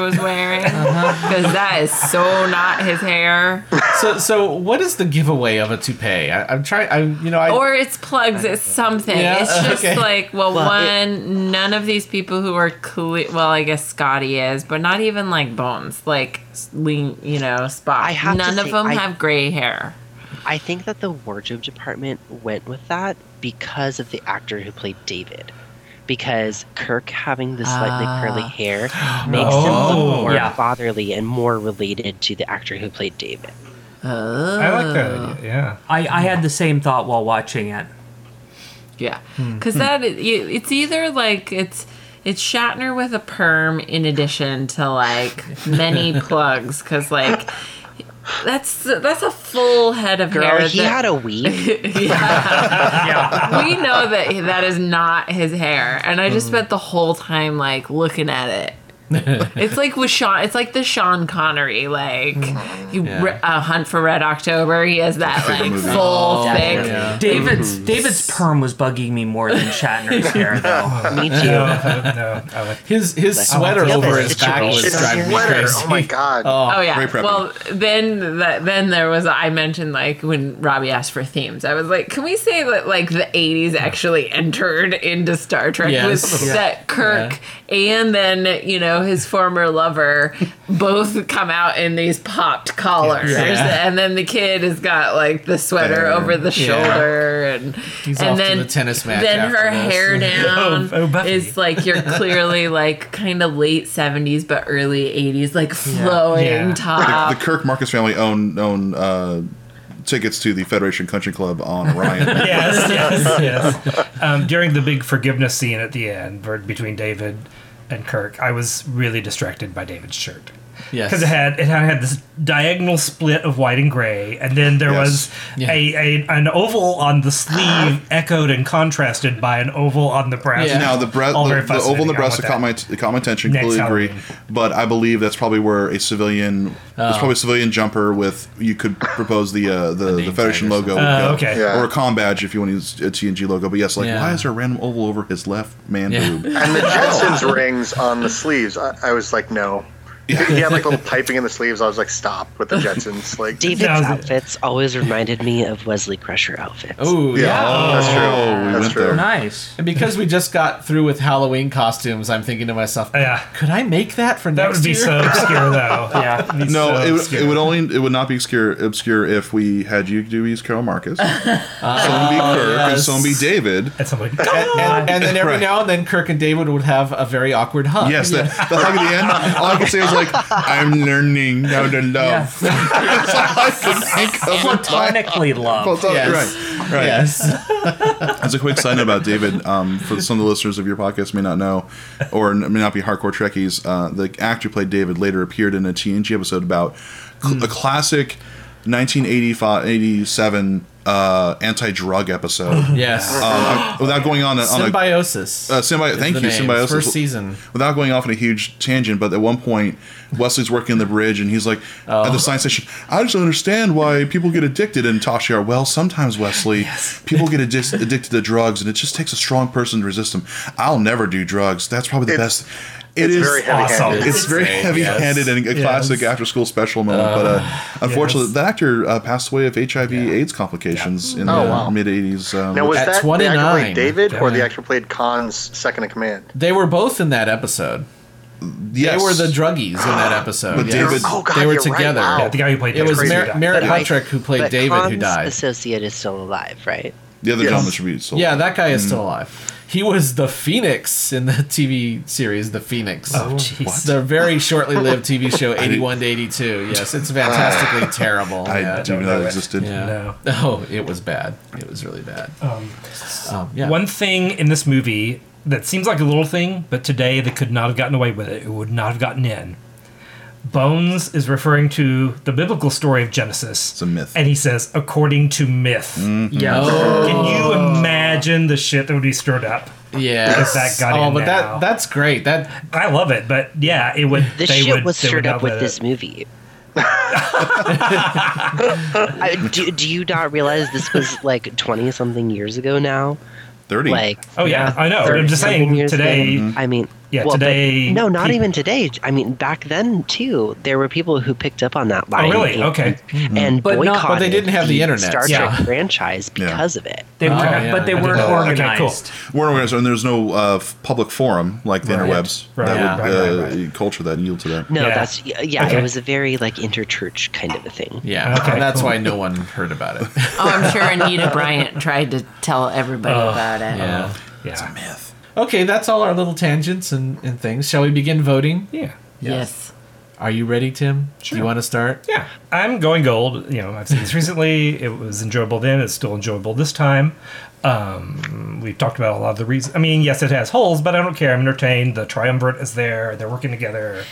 <laughs> was wearing? Because Uh-huh. is so not his hair. So, so what is the giveaway of a toupee? I, I'm trying. I, you know, I. Or it's plugs, it's something. Yeah, it's just okay. like, well, Well, one, none of these people who are cle well, I guess Scotty is, but not even like Bones, like, lean, you know, Spock. I have to none of say, them I- have gray hair. I think that the wardrobe department went with that because of the actor who played David. Because Kirk having the slightly curly hair makes him Oh. look more Yeah. fatherly and more related to the actor who played David. I like Uh. that. idea, Yeah. I, I had the same thought while watching it. Yeah, Hmm. because that i- you- it's either like it's it's Shatner with a perm in addition to like <laughs> many plugs because like that's that's a full head of Girl, hair. he that- had <laughs> a weave. Yeah. we know that that is not his hair, and I just Hmm. spent the whole time like looking at <laughs> it. it's like with Sean. It's like the Sean Connery, like Hmm. you re- uh, Hunt for Red October. He has that like movie. full Oh, thing. definitely. <laughs> David's David's perm was bugging me more than Shatner's <laughs> hair though. Me No, too. no, I like His his sweater oh, the over other his back was situation. driving me Sweater, crazy. Oh <laughs> my god. Oh yeah. Very preppy. Well, then that then there was I mentioned like when Robbie asked for themes, I was like, can we say that like the '80s actually entered into Star Trek Yes. with Yeah. that Kirk and then you know his former lover both come out in these popped collars, Yeah. and then the kid has got like the sweater Bear. over the Yeah. shoulder, and and off to then the tennis match Then her after this. <laughs> hair down Oh, oh, Buffy. is like <laughs> you're clearly like kind of late 70s but early 80s like flowing Yeah. top the Kirk Marcus family own own uh, tickets to the Federation Country Club <laughs> on Orion. yes, <laughs> yes, yes. Um, during the big forgiveness scene at the end ver- between David and Kirk, I was really distracted by David's shirt. Yes. Because it had it had, had this diagonal split of white and gray, and then there was Yeah. a, a an oval on the <laughs> sleeve echoed and contrasted by an oval on the breast. Yeah. Now the breast, All the, very the oval in fascinating. the I breast want caught my that. it caught my attention. Next Completely agree, Halloween. but I believe that's probably where a civilian, Oh. there's probably a civilian jumper with you could propose the <laughs> uh, the, the name Federation tag or logo, would Uh, go. okay. Yeah. or a com badge if you want to use a TNG logo. But yes, like Yeah. why is there a random oval over his left man Yeah. <laughs> boob? And the Jetsons rings on the sleeves. I, I was like, no. Yeah. He had like little piping in the sleeves. I was like, stop with the Jetsons. Like, David's Yeah, I was- outfits always reminded me of Wesley Crusher outfits. Oh yeah. yeah, that's true. Oh, we that's went true. there. Nice. And because we just got through with Halloween costumes, I'm thinking to myself, Yeah. could I make that for That next would be year? so <laughs> obscure, though. <laughs> Yeah. It'd be No, so it, would- obscure. it would only it would not be obscure obscure if we had you do East Carol <laughs> Marcus, someone be Kirk, and Oh, yes. someone be <laughs> David. And <laughs> somebody, <laughs> and, and then every Right. now and then Kirk and David would have a very awkward hug. Yes, the, the hug at the end. All I could say was like, "I'm learning how to Yeah. love." That's all I could think of. Platonically love. Platonic, Yes. Right. <laughs> Right. Yes. As a quick side note about David, um, for some of the listeners of your podcast may not know, or n- may not be hardcore Trekkies, uh, the actor who played David later appeared in a TNG episode about cl- Hmm. a classic 1985 87 uh, anti drug <laughs> episode. yes. Um, without going on a, on a symbiosis. uh, symbiote. Thank the you, name. symbiosis. First season. Without going off on a huge tangent, but at one point, Wesley's working on the bridge, and he's like, at Oh. the science station, I just don't understand why people get addicted. And Tasha, are, well, sometimes Wesley, people <laughs> get addis- addicted to drugs, and it just takes a strong person to resist them. I'll never do drugs. That's probably the It's- best. It it's is very heavy-handed. awesome. It's very Insane, heavy-handed yes. Ah, and a classic after-school special moment. but uh, unfortunately, yes. that actor uh, passed away of HIV/AIDS complications in Oh, the wow. mid '80s. Um, Now, was At that the actor 29. played David or the actor played Khan's second in command? They were both in that episode. yes. They were the druggies in that <gasps> episode. But David- Oh, God, they were you're right. together. Wow. yeah, the guy who played It was Crazy Mer- Doc. Merritt But- Patrick who played but David who Khan's died. associate is still alive, right? the other Yes. gentleman should be sold. yeah, that guy Mm. is still alive. He was the Phoenix in the TV series The Phoenix. Oh, jeez. The very shortly lived <laughs> TV show 81 to 82. Yes, it's fantastically terrible. I yeah. do not know that existed. Yeah. No. Oh, it was bad. It was really bad. Um, yeah. One thing in this movie that seems like a little thing, but today they could not have gotten away with it. It would not have gotten in. Bones is referring to the biblical story of Genesis. It's a myth. Mm. And he says, according to myth. Yeah. Can you Oh. imagine the shit that would be stirred up? yes. that got oh, in but now. that that's great. That I love it, but yeah, it would. This they shit would, was they would stirred up not with let this it- <laughs> movie. I, do, do you not realize this was like 20 something years ago now? 30. Like, Oh yeah, I know. I'm 30 just something saying years today. ago. I mean, Yeah, well, but- today No, not peop- even today. I mean, back then too, there were people who picked up on that line. Oh, really? and- Okay. Mm-hmm. And But not- but they boycotted. didn't have the internet, Star Trek yeah. franchise because of it. They weren't, Oh, yeah, but they I didn't weren't know that. Okay, cool. organized. We're organized, and there's no uh, f- public forum like the Right. interwebs Right, that right, would right, uh, culture that and yield to that. No, Yeah. that's yeah. Okay. It was a very like interchurch kind of a thing. yeah. Okay, and that's cool. why no one heard about <laughs> it. <laughs> Oh, I'm sure Anita Bryant tried to tell everybody about it. Yeah. Mm-hmm. Yeah. Okay, that's all our little tangents and, and things. Shall we begin voting? Yeah. Yes. Are you ready, Tim? Do Sure. you want to start? Yeah, I'm going gold. You know, I've seen this recently. It was enjoyable then. It's still enjoyable this time. Um, we've talked about a lot of the reasons. I mean, yes, it has holes, but I don't care. I'm entertained. The triumvirate is there. They're working together.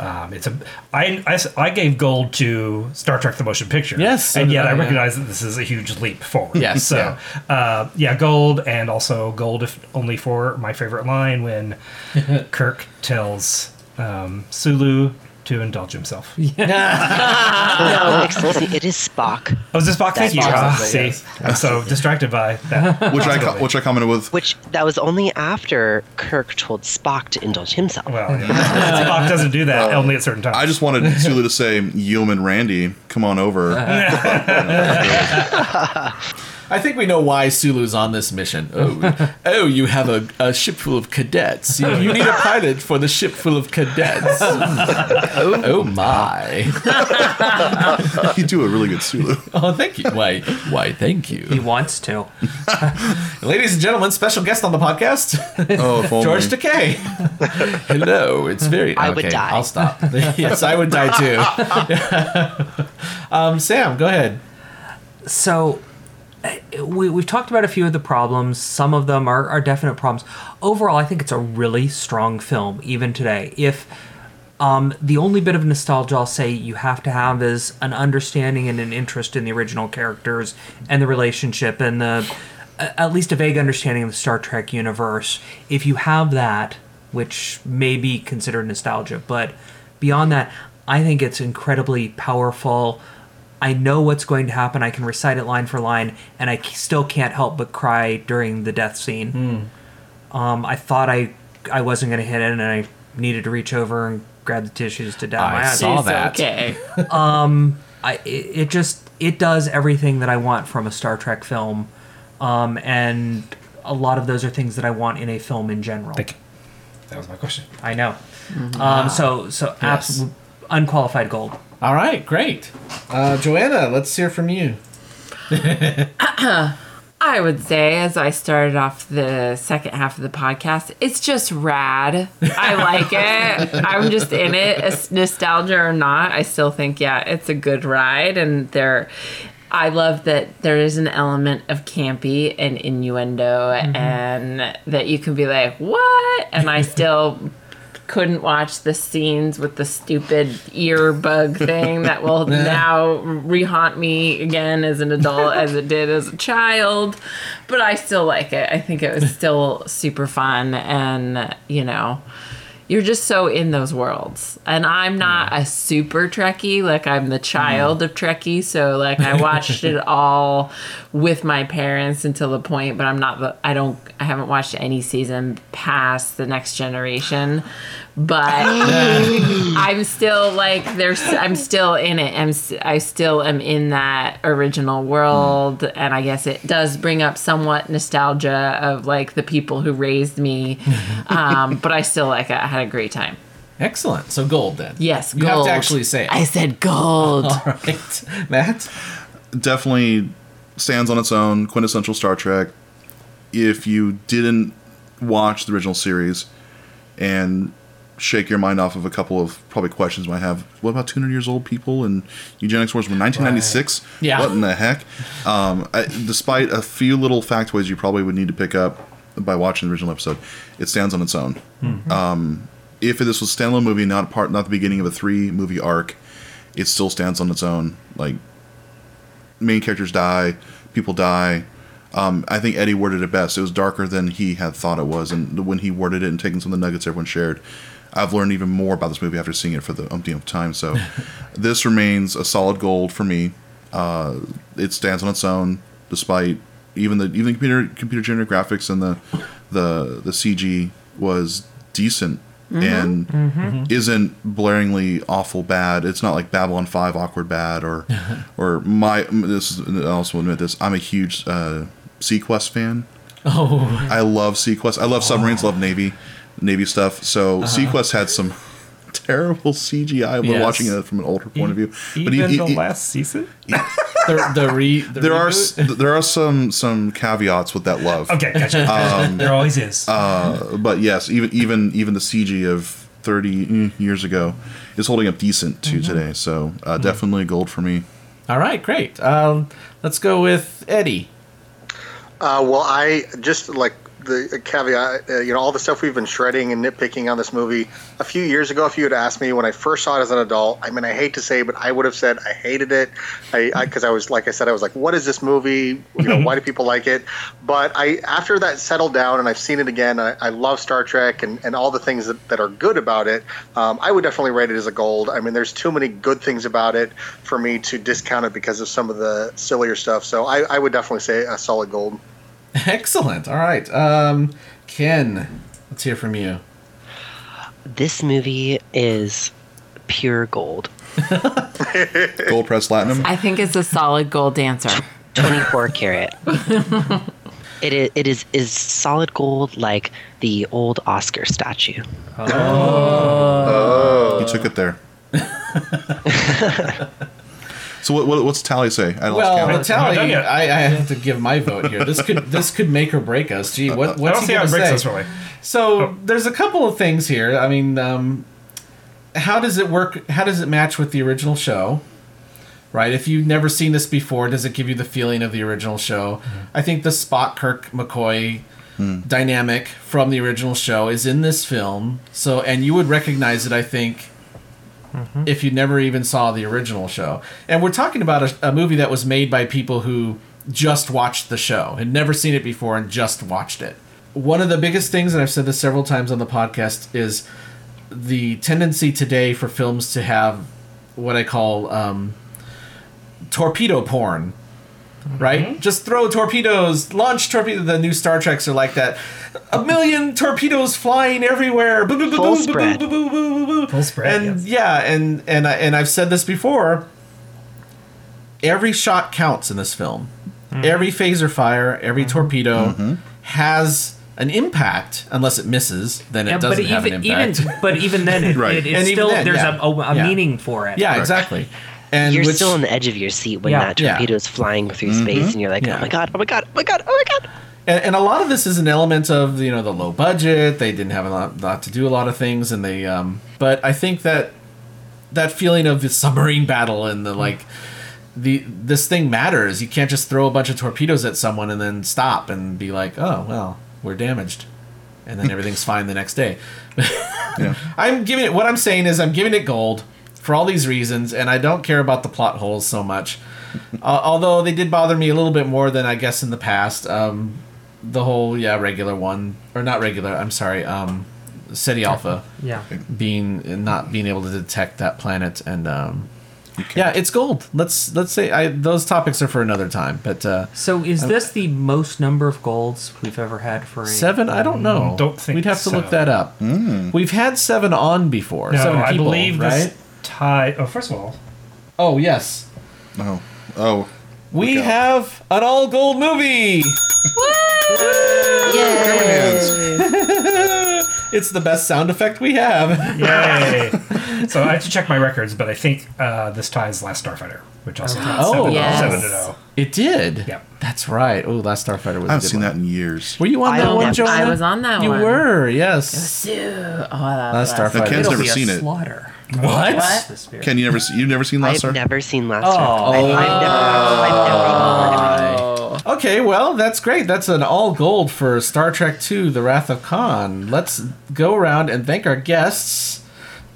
Um, it's a. I, I s- I gave gold to Star Trek: The Motion Picture. Yes, so and did yet I, I yeah. recognize that this is a huge leap forward. Yes, so yeah. uh, yeah, gold, and also gold if only for my favorite line when <laughs> Kirk tells um, Sulu to indulge himself. No, excuse me. It is Spock, Oh, is this Spock? Thank you. Spock. Ah, see, I'm so distracted by that. Which I co- which I commented with. which that was only after Kirk told Spock to indulge himself. Well, <laughs> yeah. Spock doesn't do that only at certain times. I just wanted <laughs> Sulu to say, "Yeoman Randy, come on over." I think we know why Sulu's on this mission. <laughs> Oh, oh you have a, a ship full of cadets. You, you need a pilot for the ship full of <laughs> cadets. oh, oh my. you do a really <laughs> good Sulu. Oh, thank you. Why, why thank He you. wants to. Ladies and gentlemen, special guest on the podcast, Oh, if only. George Takei. Hello. It's very. I would okay, die. I'll <laughs> stop. <laughs> yes, I would die too. um, Sam, go ahead. so uh, we, we've talked about a few of the problems. Some of them are, are definite problems. Overall, I think it's a really strong film, even today. If um, the only bit of nostalgia I'll say you have to have is an understanding and an interest in the original characters and the relationship and the a- at least a vague understanding of the Star Trek universe. If you have that, which may be considered nostalgia, but beyond that, I think it's incredibly powerful. I know what's going to happen. I can recite it line for line, and I c- still can't help but cry during the death scene. Um, I thought I I wasn't going to hit it, and I needed to reach over and grab the tissues to dab my I eyes. saw It's that. okay. I it, it just it does everything that I want from a Star Trek film, um, and a lot of those are things that I want in a film in general. Thank you. That was my question. I know. Um, so so abs- unqualified gold. All right, great. Uh, Joanna, let's hear from you. I would say, as I started off the second half of the podcast, it's just rad. I like it. I'm just in it, as nostalgia or not. I still think, yeah, it's a good ride, and there. I love that there is an element of campy and innuendo, and that you can be like, "What?" and I still couldn't watch the scenes with the stupid ear bug thing that will now rehaunt me again as an adult as it did as a child. But I still like it. I think it was still super fun and you know you're just so in those worlds. And I'm not a super Trekkie, like I'm the child of Trekkie, so like I watched it all with my parents until the point, but I'm not the I don't I haven't watched any season past the next generation. But I'm still like there's I'm still in it. I'm s- I still am in that original world and I guess it does bring up somewhat nostalgia of like the people who raised me. Um, but I still like it. I had a great time. Excellent. So gold then. Yes, You have gold. to actually say it. <laughs> I said gold. All right, Matt. definitely stands on its own, quintessential Star Trek. If you didn't watch the original series and shake your mind off of a couple of probably questions you might have, what about 200 years old people and eugenics wars from 1996? Yeah. What in the heck? Um, I, despite a few little factoids you probably would need to pick up by watching the original episode, it stands on its own. Um, if this was a standalone movie, not part, not the beginning of a three movie arc, it still stands on its own. Like main characters die, people die. Um, I think Eddie worded it best. It was darker than he had thought it was, and when he worded it and taking some of the nuggets everyone shared, I've learned even more about this movie after seeing it for the umpteenth time. So, this remains a solid gold for me. Uh, it stands on its own, despite even the even the computer computer generated graphics and the the the CG was decent and isn't blaringly awful bad. It's not like Babylon Five awkward bad or or my this. Is, I also admit this. I'm a huge uh, Sequest fan. Oh, I love Sequest. I love submarines. Love Navy, Navy stuff. So Sequest had some <laughs> terrible CGI. We're Yes. watching it from an older point of view, Even e- the e- e- last season? <laughs> the, the re. The there are s- reboot? there are some some caveats with that <laughs> love. Okay, gotcha. <laughs> Um, there always is. uh, but yes, even even even the CG of 30 mm, years ago is holding up decent to Mm-hmm. today. So uh, definitely gold for me. All right, great. Um, let's go with Eddie. Uh, well, I just like the caveat, uh, you know, all the stuff we've been shredding and nitpicking on this movie. A few years ago, if you had asked me when I first saw it as an adult, I mean, I hate to say, but I would have said I hated it. I because I, was like I said, I was like, what is this movie? You know, why do people like it? But I after that settled down and I've seen it again. I, I love Star Trek and, and all the things that, that are good about it. Um, I would definitely rate it as a gold. I mean, there's too many good things about it for me to discount it because of some of the sillier stuff. So I, I would definitely say a solid gold. <laughs> Excellent. All right, um, Ken, let's hear from you. This movie is pure gold. Gold press platinum. I think it's a solid gold dancer. <laughs> 24 karat. It is, it is is solid gold like the old Oscar statue. Uh, You took it <laughs> there. so what, what what's Tally say? I lost Well, count. the tally, Not done yet. I, I have to give my vote here. This could this could make or break us. Gee, what <laughs> I what's don't he see how gonna it breaks say? this really. So there's a couple of things here. I mean, um, how does it work? How does it match with the original show? right? If you've never seen this before, does it give you the feeling of the original show? I think the Spock Kirk McCoy dynamic from the original show is in this film. So, and you would recognize it, I think, Mm-hmm. if you never even saw the original show. And we're talking about a, a movie that was made by people who just watched the show, had never seen it before, and just watched it. One of the biggest things, and I've said this several times on the podcast, is the tendency today for films to have what I call um, torpedo porn. Right? Just throw torpedoes, launch torpedo. The new Star Treks are like that. A million torpedoes flying everywhere. Boo, boo, boo, Full boo, boo, spread. boo, boo, boo, boo, boo. Full spread, And yeah, and and I, and I've said this before. Every shot counts in this film. Every phaser fire, every torpedo has an impact. Unless it misses, then it Yeah, doesn't have even, an impact. <laughs> even but even then, it, Right. it, it's And even still then, there's yeah. a, a, a Yeah. meaning for it. yeah, exactly. And You're which- still on the edge of your seat when Yeah. that Yeah. Mm-hmm. torpedo is flying through space, and you're like, Yeah. "Oh my god! Oh my god! Oh my god! Oh my god!" and, and a lot of this is an element of you know the low budget they didn't have a lot, lot to do a lot of things and they um but i think that that feeling of the submarine battle and the like the this thing matters you can't just throw a bunch of torpedoes at someone and then stop and be like oh well we're damaged and then everything's fine the next day Yeah. <laughs> i'm giving it what i'm saying is i'm giving it gold for all these reasons and i don't care about the plot holes so much uh, although they did bother me a little bit more than i guess in the past um, the whole yeah regular one or not regular i'm sorry um city alpha Yeah. being not being able to detect that planet and um yeah it's gold let's let's say i those topics are for another time but uh So is this the most number of golds we've ever had for a seven i don't know Don't think we'd have to so. look that up Hmm. we've had seven on before No, seven I people believe right this tie. Oh, first of all, oh yes Oh. Oh. we Look out. have an all gold <laughs> movie Hands. it's the best sound effect we <laughs> have yay! so I have to check my records, but I think uh, this ties Last Starfighter, which also ties Oh, seven, yes. seven to zero. it did Yep. that's right oh last starfighter was a I haven't good seen one. that in years. were you on I that don't one have- Joanna? I was on that you one. were yes Sue. Oh, that That's was Starfire. Now, Uh, Ken's It'll never be a seen it. Slaughter. what? What? This year. Ken, you never see, you've never seen I've Last Star? never seen Last Oh. Star. I've, I've never. I've Oh. never even heard of it. Okay, well, that's great. That's an all gold for Star Trek II The Wrath of Khan. Let's go around and thank our guests.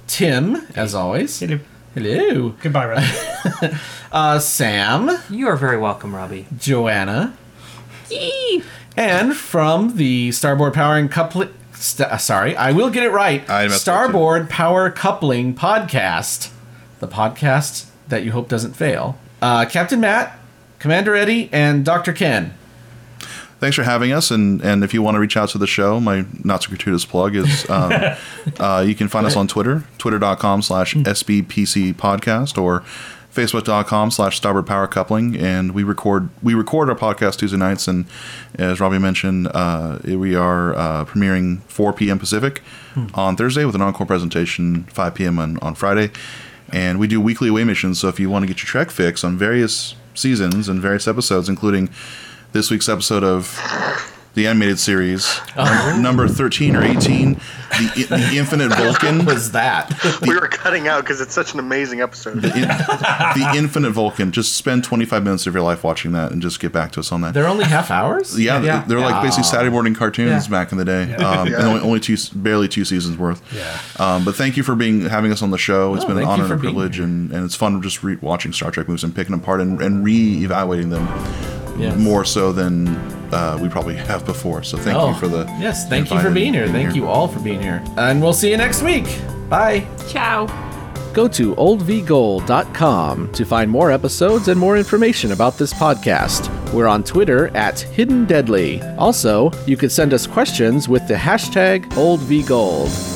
Tim, as always. Hello. Hello. Goodbye, Red. Uh, Sam, You are very welcome, Robbie. Joanna, Yee. and from the Starboard Power and Coupling. St- uh, sorry, I will get it right. I messed up, too. Starboard Power Coupling Podcast. The podcast that you hope doesn't fail. Uh, Captain Matt, Commander Eddie, and Dr. Ken. Thanks for having us. And, and if you want to reach out to the show, my not so gratuitous plug is um, <laughs> uh, you can find us on Twitter, twitter.com slash SBPC podcast or facebook.com slash starboard power coupling. And we record we record our podcast Tuesday nights. And as Robbie mentioned, uh, we are uh, premiering 4 p.m. Pacific on Thursday with an encore presentation, 5 p.m. on, on Friday. And we do weekly away missions. So if you want to get your Trek fix on various seasons and various episodes, including this week's episode of the animated series, Uh-huh. num- number 13 or 18, The, the Infinite <laughs> Vulcan. Was that? <laughs> we were cutting out because it's such an amazing episode. In- the Infinite Vulcan. Just spend 25 minutes of your life watching that and just get back to us on that. They're only half hours? yeah, yeah. they're like basically Saturday morning cartoons Yeah. back in the day. Um, Yeah. and only, only two, barely two seasons worth. Yeah. Um, but thank you for being having us on the show. It's Oh, been an thank you honor for and a being privilege, and, and it's fun just re- watching Star Trek movies and picking them apart and, and re-evaluating them Yes. more so than uh, we probably have before. So thank you for the Oh, yes. Thank you for invite being and here. Thank you all for being here, and we'll see you next week. Bye. Ciao. Go to oldvgold.com to find more episodes and more information about this podcast. We're on Twitter at Hidden Deadly. Also, you can send us questions with the hashtag oldvgold.